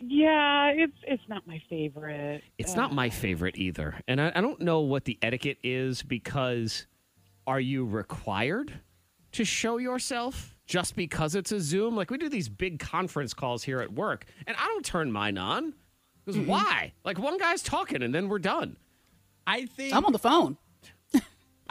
Yeah, it's it's not my favorite.
It's not my favorite either. And I, I don't know what the etiquette is because are you required to show yourself just because it's a Zoom? Like we do these big conference calls here at work, and I don't turn mine on. Because why? Like one guy's talking and then we're done.
I think
I'm on the phone.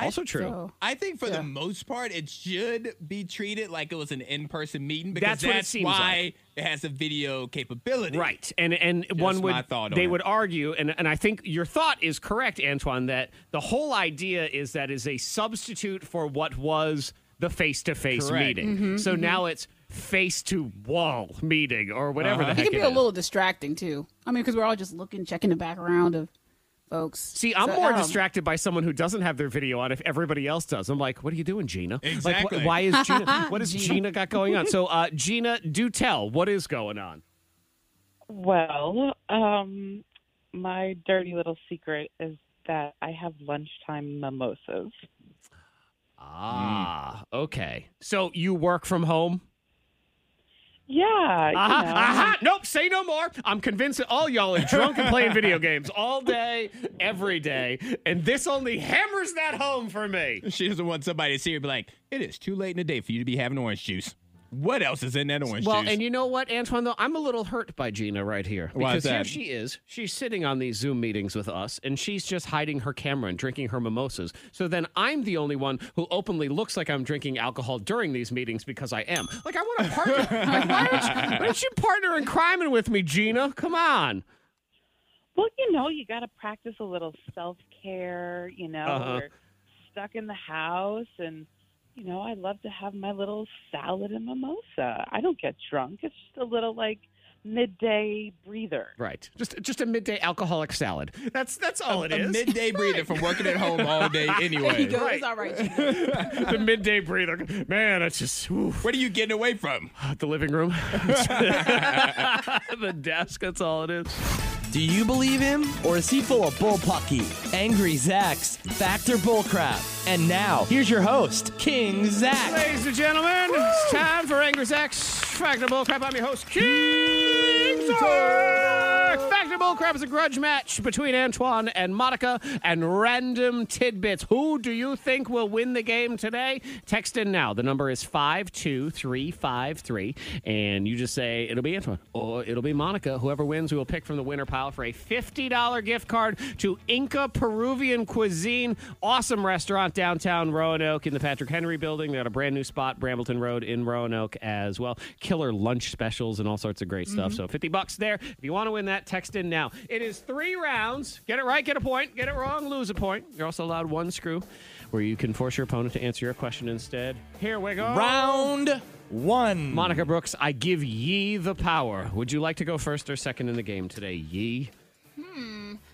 Also true.
So-
I think for the most part, it should be treated like it was an in-person meeting because
That's what it seems
why it has a video capability.
Right. And and one would
my thought on
they
it.
would argue and and I think your thought is correct Antoine that the whole idea is that is a substitute for what was the face-to-face
Correct.
meeting. so now it's face to wall meeting or whatever the
It
heck
Uh-huh. can be
it
a
is.
little distracting too. I mean, because we're all just looking, checking the background of folks.
See, I'm
So,
more
um,
distracted by someone who doesn't have their video on if everybody else does. I'm like, what are you doing, Gina? Like,
Exactly.
wh- why is Gina? What is Gina got going on? So, uh, Gina, do tell what is going on.
Well, um, my dirty little secret is that I have lunchtime mimosas.
Ah, okay. So you work from home.
Yeah,
Aha,
you know.
aha, nope, say no more. I'm convinced that all y'all are drunk and playing video games all day, every day. And this only hammers that home for me.
She doesn't want somebody to see her and be like, "It is too late in the day for you to be having orange juice." What else is in that orange
Well,
juice?
and you know what, Antoine, though? I'm a little hurt by Gina right here.
Why is
Because here
that?
she is. She's sitting on these Zoom meetings with us, and she's just hiding her camera and drinking her mimosas. So then I'm the only one who openly looks like I'm drinking alcohol during these meetings because I am. Like, I want to partner. like, why, don't you, why don't you partner in crime with me, Gina? Come on.
well, you know, you got to practice a little self care. You know,
Uh-huh.
we're stuck in the house, and you know, I love to have my little salad and mimosa. I don't get drunk. It's just a little like midday breather.
Right. Just just a midday alcoholic salad. That's that's all it
a
is.
midday breather from working at home all day anyway.
There you go. It's all right. Gina.
the midday breather. Man, that's just oof.
What are you getting away from?
the living room. the desk, that's all it is.
Do you believe him? Or is he full of bullpucky? Angry Zach's Factor Bullcrap. And now, here's your host, King Zach.
Ladies and gentlemen, it's time for Angry Zach's Factor Bullcrap. I'm your host, King Zach. Factor Bullcrap is a grudge match between Antoine and Monica and random tidbits. Who do you think will win the game today? Text in now. The number is 52353. And you just say, it'll be Antoine or it'll be Monica. Whoever wins, we will pick from the winner pile for a $50 gift card to Inca Peruvian Cuisine. Awesome restaurant downtown Roanoke in the Patrick Henry building. They got a brand new spot, Brambleton Road in Roanoke as well. Killer lunch specials and all sorts of great stuff. So 50 bucks there. If you want to win that, text in now. It is three rounds. Get it right, get a point. Get it wrong, lose a point. You're also allowed one screw where you can force your opponent to answer your question instead. Here we go.
Round one.
Monica Brooks, I give ye the power. Would you like to go first or second in the game today? Ye.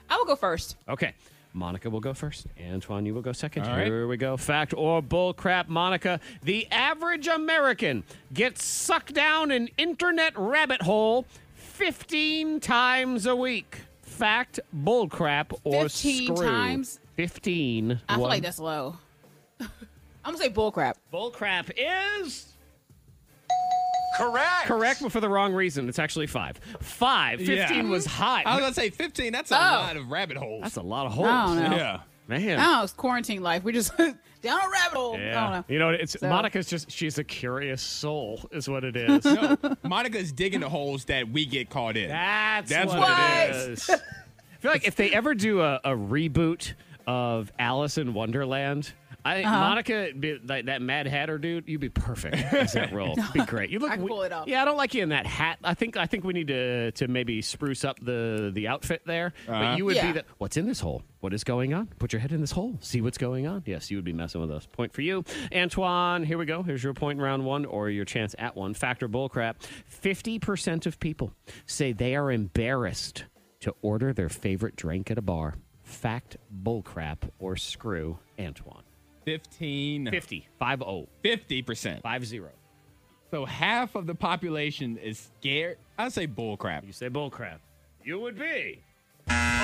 I will go first.
Okay. Monica will go first. Antoine, you will go second. Here we go. Fact or bullcrap, Monica. The average American gets sucked down an internet rabbit hole 15 times a week. Fact, bullcrap, or
15
screw.
times?
15.
I feel
One.
like that's low. I'm gonna say bullcrap.
Bullcrap is. Correct. Correct, but for the wrong reason. It's actually five. Five. 15
Yeah.
was high.
I was gonna say 15. That's a
Oh.
lot of rabbit holes.
That's a lot of holes.
I don't know.
yeah.
Man.
Oh, it's quarantine life. We just down a rabbit hole. I don't know.
You know, it's
So-
Monica's just she's a curious soul, is what it is.
No, Monica's digging the holes that we get caught in.
That's,
That's
what,
what
it is. I feel like if they ever do a, a reboot of Alice in Wonderland, I think Monica, be, like, that Mad Hatter dude, you'd be perfect as that role. be great. You look.
I can
we-
pull it off.
Yeah, I don't like you in that hat. I think I think we need to to maybe spruce up the the outfit there. But you would
Yeah.
be the what's in this hole? What is going on? Put your head in this hole. See what's going on. Yes, you would be messing with us. Point for you, Antoine. Here we go. Here's your point in round one, or your chance at one. Factor bullcrap. Fifty percent of people say they are embarrassed to order their favorite drink at a bar. Fact, bullcrap, or screw, Antoine.
15.
50, 5 0,
50%.
5 0.
So half of the population is scared. I'd say bullcrap.
You say bullcrap. You would be.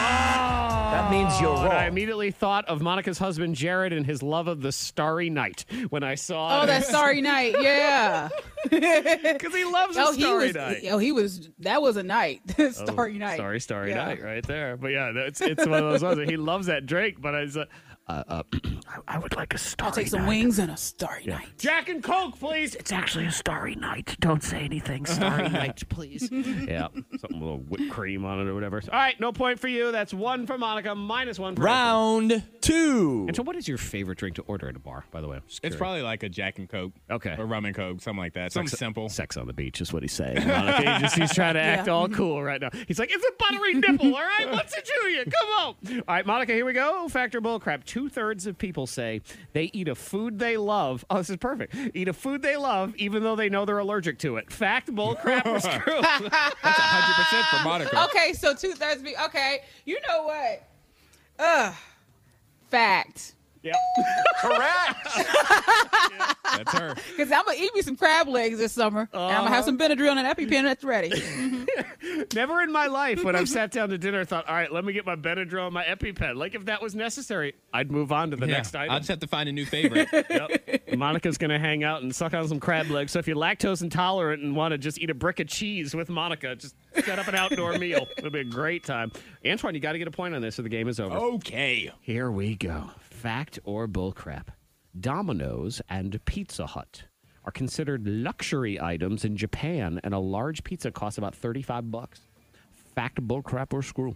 That means you're
And I
wrong.
immediately thought of Monica's husband Jared and his love of the Starry Night when I saw
Oh, that starry night. Yeah.
because he loves
Oh,
the
he
Starry
was.
Night.
Oh, he was. That was a night.
Oh,
starry night.
Sorry, Starry
Yeah.
Night, right there. But yeah, that's it's one of those ones that he loves that drink. But I was like, uh, uh, I- I would like a Starry
I'll take some wings and a starry night.
Jack and Coke, please. It's actually a Starry Night. Don't say anything. Starry Night, please. Yeah, something with a little whipped cream on it or whatever. All right, no point for you. That's one for Monica, minus one for Antoine.
Round two.
And so, what is your favorite drink to order at a bar? By the way, I'm just
It's
curious.
probably like a Jack and Coke.
Okay.
Or rum and Coke, something like that. Something simple.
Sex on the beach is what he's saying. Monica. He just- he's trying to act all cool right now. He's like, it's a buttery nipple, all right? What's it to you? Come on. All right, Monica, here we go. Factor bullcrap. Two thirds of people say they eat a food they love. Oh, this is perfect. Eat a food they love, even though they know they're allergic to it. Fact, bullcrap, or screw.
That's 100% for Monica.
Okay, so two thirds. Be okay. You know what? Ugh. Fact.
yep.
That's her.
Because I'm gonna eat me some crab legs this summer. And I'm gonna
Uh-huh.
have some Benadryl and an EpiPen that's ready.
Never in my life when I've sat down to dinner thought, all right, let me get my Benadryl and my EpiPen. Like, if that was necessary, I'd move on to the
Yeah.
next item.
I'll just have to find a new favorite.
Yep. Monica's going to hang out and suck on some crab legs. So if you're lactose intolerant and want to just eat a brick of cheese with Monica, just set up an outdoor meal. It'll be a great time. Antoine, you got to get a point on this or the game is over.
Oh. okay.
Here we go. Fact or bullcrap? Domino's and Pizza Hut are considered luxury items in Japan, and a large pizza costs about 35 bucks. Fact, bullcrap, or screw?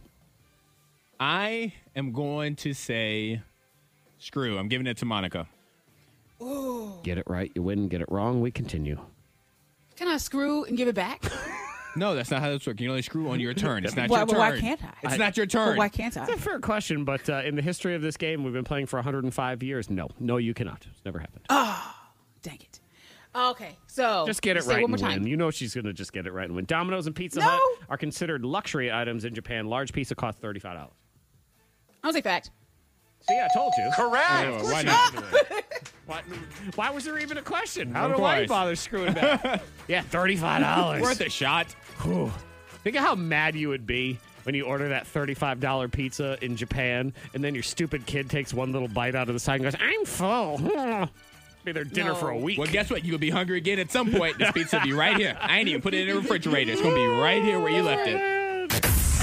I am going to say screw. I'm giving it to Monica.
Get it right, you win. Get it wrong, we continue.
Can I screw and give it back?
No, that's not how this works. You can only screw on your turn. It's not
Why-
your
but
turn.
why can't I?
It's not your turn.
But why can't I?
It's a fair question, but uh, in the history of this game, we've been playing for 105 years. No, no, you cannot. It's never happened.
Oh, Dang it. Okay, so
just get it
say
right
one more
and win.
time.
You know she's going to just get it right and win. Domino's and Pizza
No.
Hut are considered luxury items in Japan. Large pizza costs thirty-five dollars.
I'm gonna say fact.
See, I told you.
Wait, wait, why not?
Why, why was there even a question? How
Of
do I
course.
bother screwing back? yeah, thirty-five dollars.
Worth a shot.
Think of how mad you would be when you order that thirty-five dollar pizza in Japan, and then your stupid kid takes one little bite out of the side and goes, "I'm full." be their dinner
No.
for a week.
Well, guess what? You'll be hungry again at some point. This pizza will be right here. I ain't even put it in the refrigerator. It's going to be right here where you left it.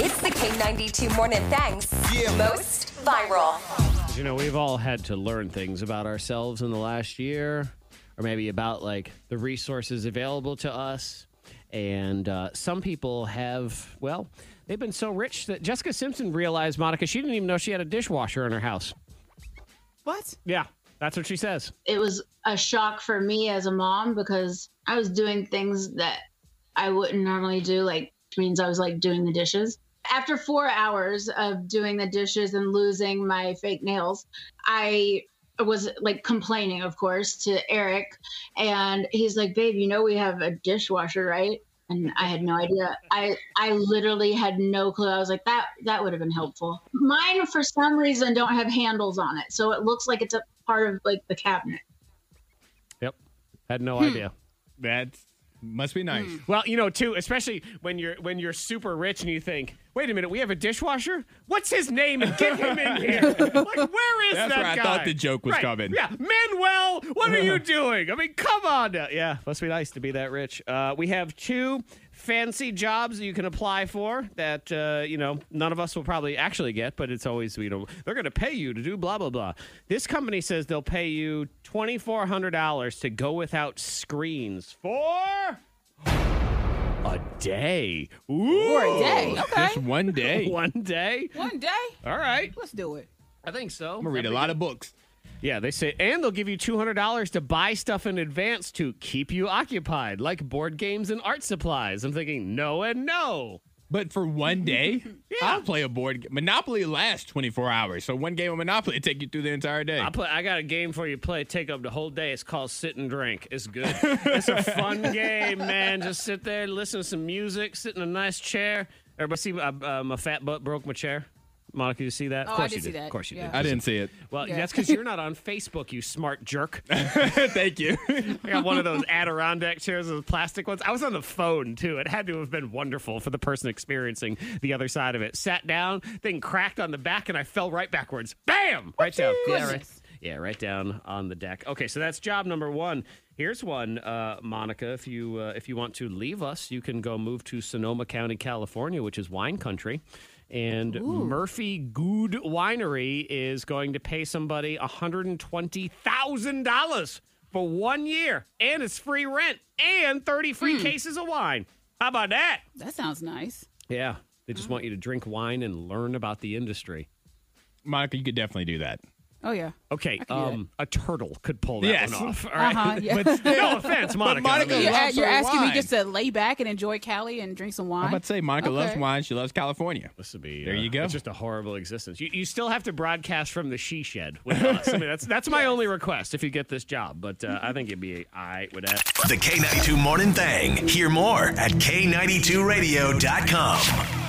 It's the K92 Morning Thanks most viral.
'Cause, You know, we've all had to learn things about ourselves in the last year, or maybe about like the resources available to us. And uh, some people have, well, they've been so rich that Jessica Simpson realized, Monica, she didn't even know she had a dishwasher in her house.
What?
Yeah, that's what she says.
it was a shock for me as a mom because I was doing things that I wouldn't normally do, like which means I was like doing the dishes. After four hours of doing the dishes and losing my fake nails, I was like complaining, of course, to Eric. And he's like, Babe, you know we have a dishwasher, right? And I had no idea. I I literally had no clue. I was like, that that would have been helpful. Mine for some reason don't have handles on it. So it looks like it's a part of like the cabinet.
Yep. Had no
Hmm.
idea.
That must be nice.
Hmm.
Well, you know, too, especially when you're when you're super rich and you think, wait a minute, we have a dishwasher? What's his name? And get him in here. like, where is
That's
that
where I
guy?
thought the joke was
Right.
coming.
Yeah. Manuel, what are you doing? I mean, come on now. Yeah, must be nice to be that rich. Uh, we have two fancy jobs that you can apply for that uh, you know none of us will probably actually get, but it's always you know they're going to pay you to do blah blah blah. This company says they'll pay you twenty four hundred dollars to go without screens for a day. Ooh.
For a day. Okay.
Just one day.
one day.
One day.
All right.
Let's do it.
I think so.
I'm gonna read a lot of books.
Yeah, they say, and they'll give you two hundred dollars to buy stuff in advance to keep you occupied, like board games and art supplies. I'm thinking, no and no.
But for one day, I'll play a board game. Monopoly lasts 24 hours. So one game of Monopoly take you through the entire day.
I play. I got a game for you. to Play take up the whole day. It's called Sit and Drink. It's good. it's a fun game, man. Just sit there, listen to some music, sit in a nice chair. Everybody see uh, uh, my fat butt broke my chair. Monica, you see that?
Oh, I
of course
did
you
see
did.
that.
Of course you
Yeah.
did.
I didn't see it.
Well,
Yeah.
that's because you're not on Facebook, you smart jerk.
Thank you.
I got one of those Adirondack chairs, those plastic ones. I was on the phone too. It had to have been wonderful for the person experiencing the other side of it. Sat down, thing cracked on the back, and I fell right backwards. Bam! Right down. Yeah, right,
Goodness.
yeah, right down on the deck. Okay, so that's job number one. Here's one, uh, Monica. If you uh, if you want to leave us, you can go move to Sonoma County, California, which is wine country. And Murphy Good Winery is going to pay somebody $120,000 for one year, and it's free rent and 30 free cases of wine. How about that?
That sounds nice.
Yeah, they just want you to drink wine and learn about the industry.
Monica, you could definitely do that.
Oh yeah.
Okay,
do that.
um, a turtle could pull that
Yes.
one off. All right?
Uh-huh, yeah.
but still, no offense, Monica.
Monica-
I mean,
You're,
loves
you're
her
asking
wine.
me just to lay back and enjoy Cali and drink some wine.
I'm about to say Monica loves
Okay.
wine. She loves California.
this would be uh,
There you go.
It's just a horrible existence. You, you still have to broadcast from the she shed with us. I mean, that's that's my only request if you get this job. But uh, I think you'd be all right with that.
The K92 Morning Thing. Hear more at K92Radio.com.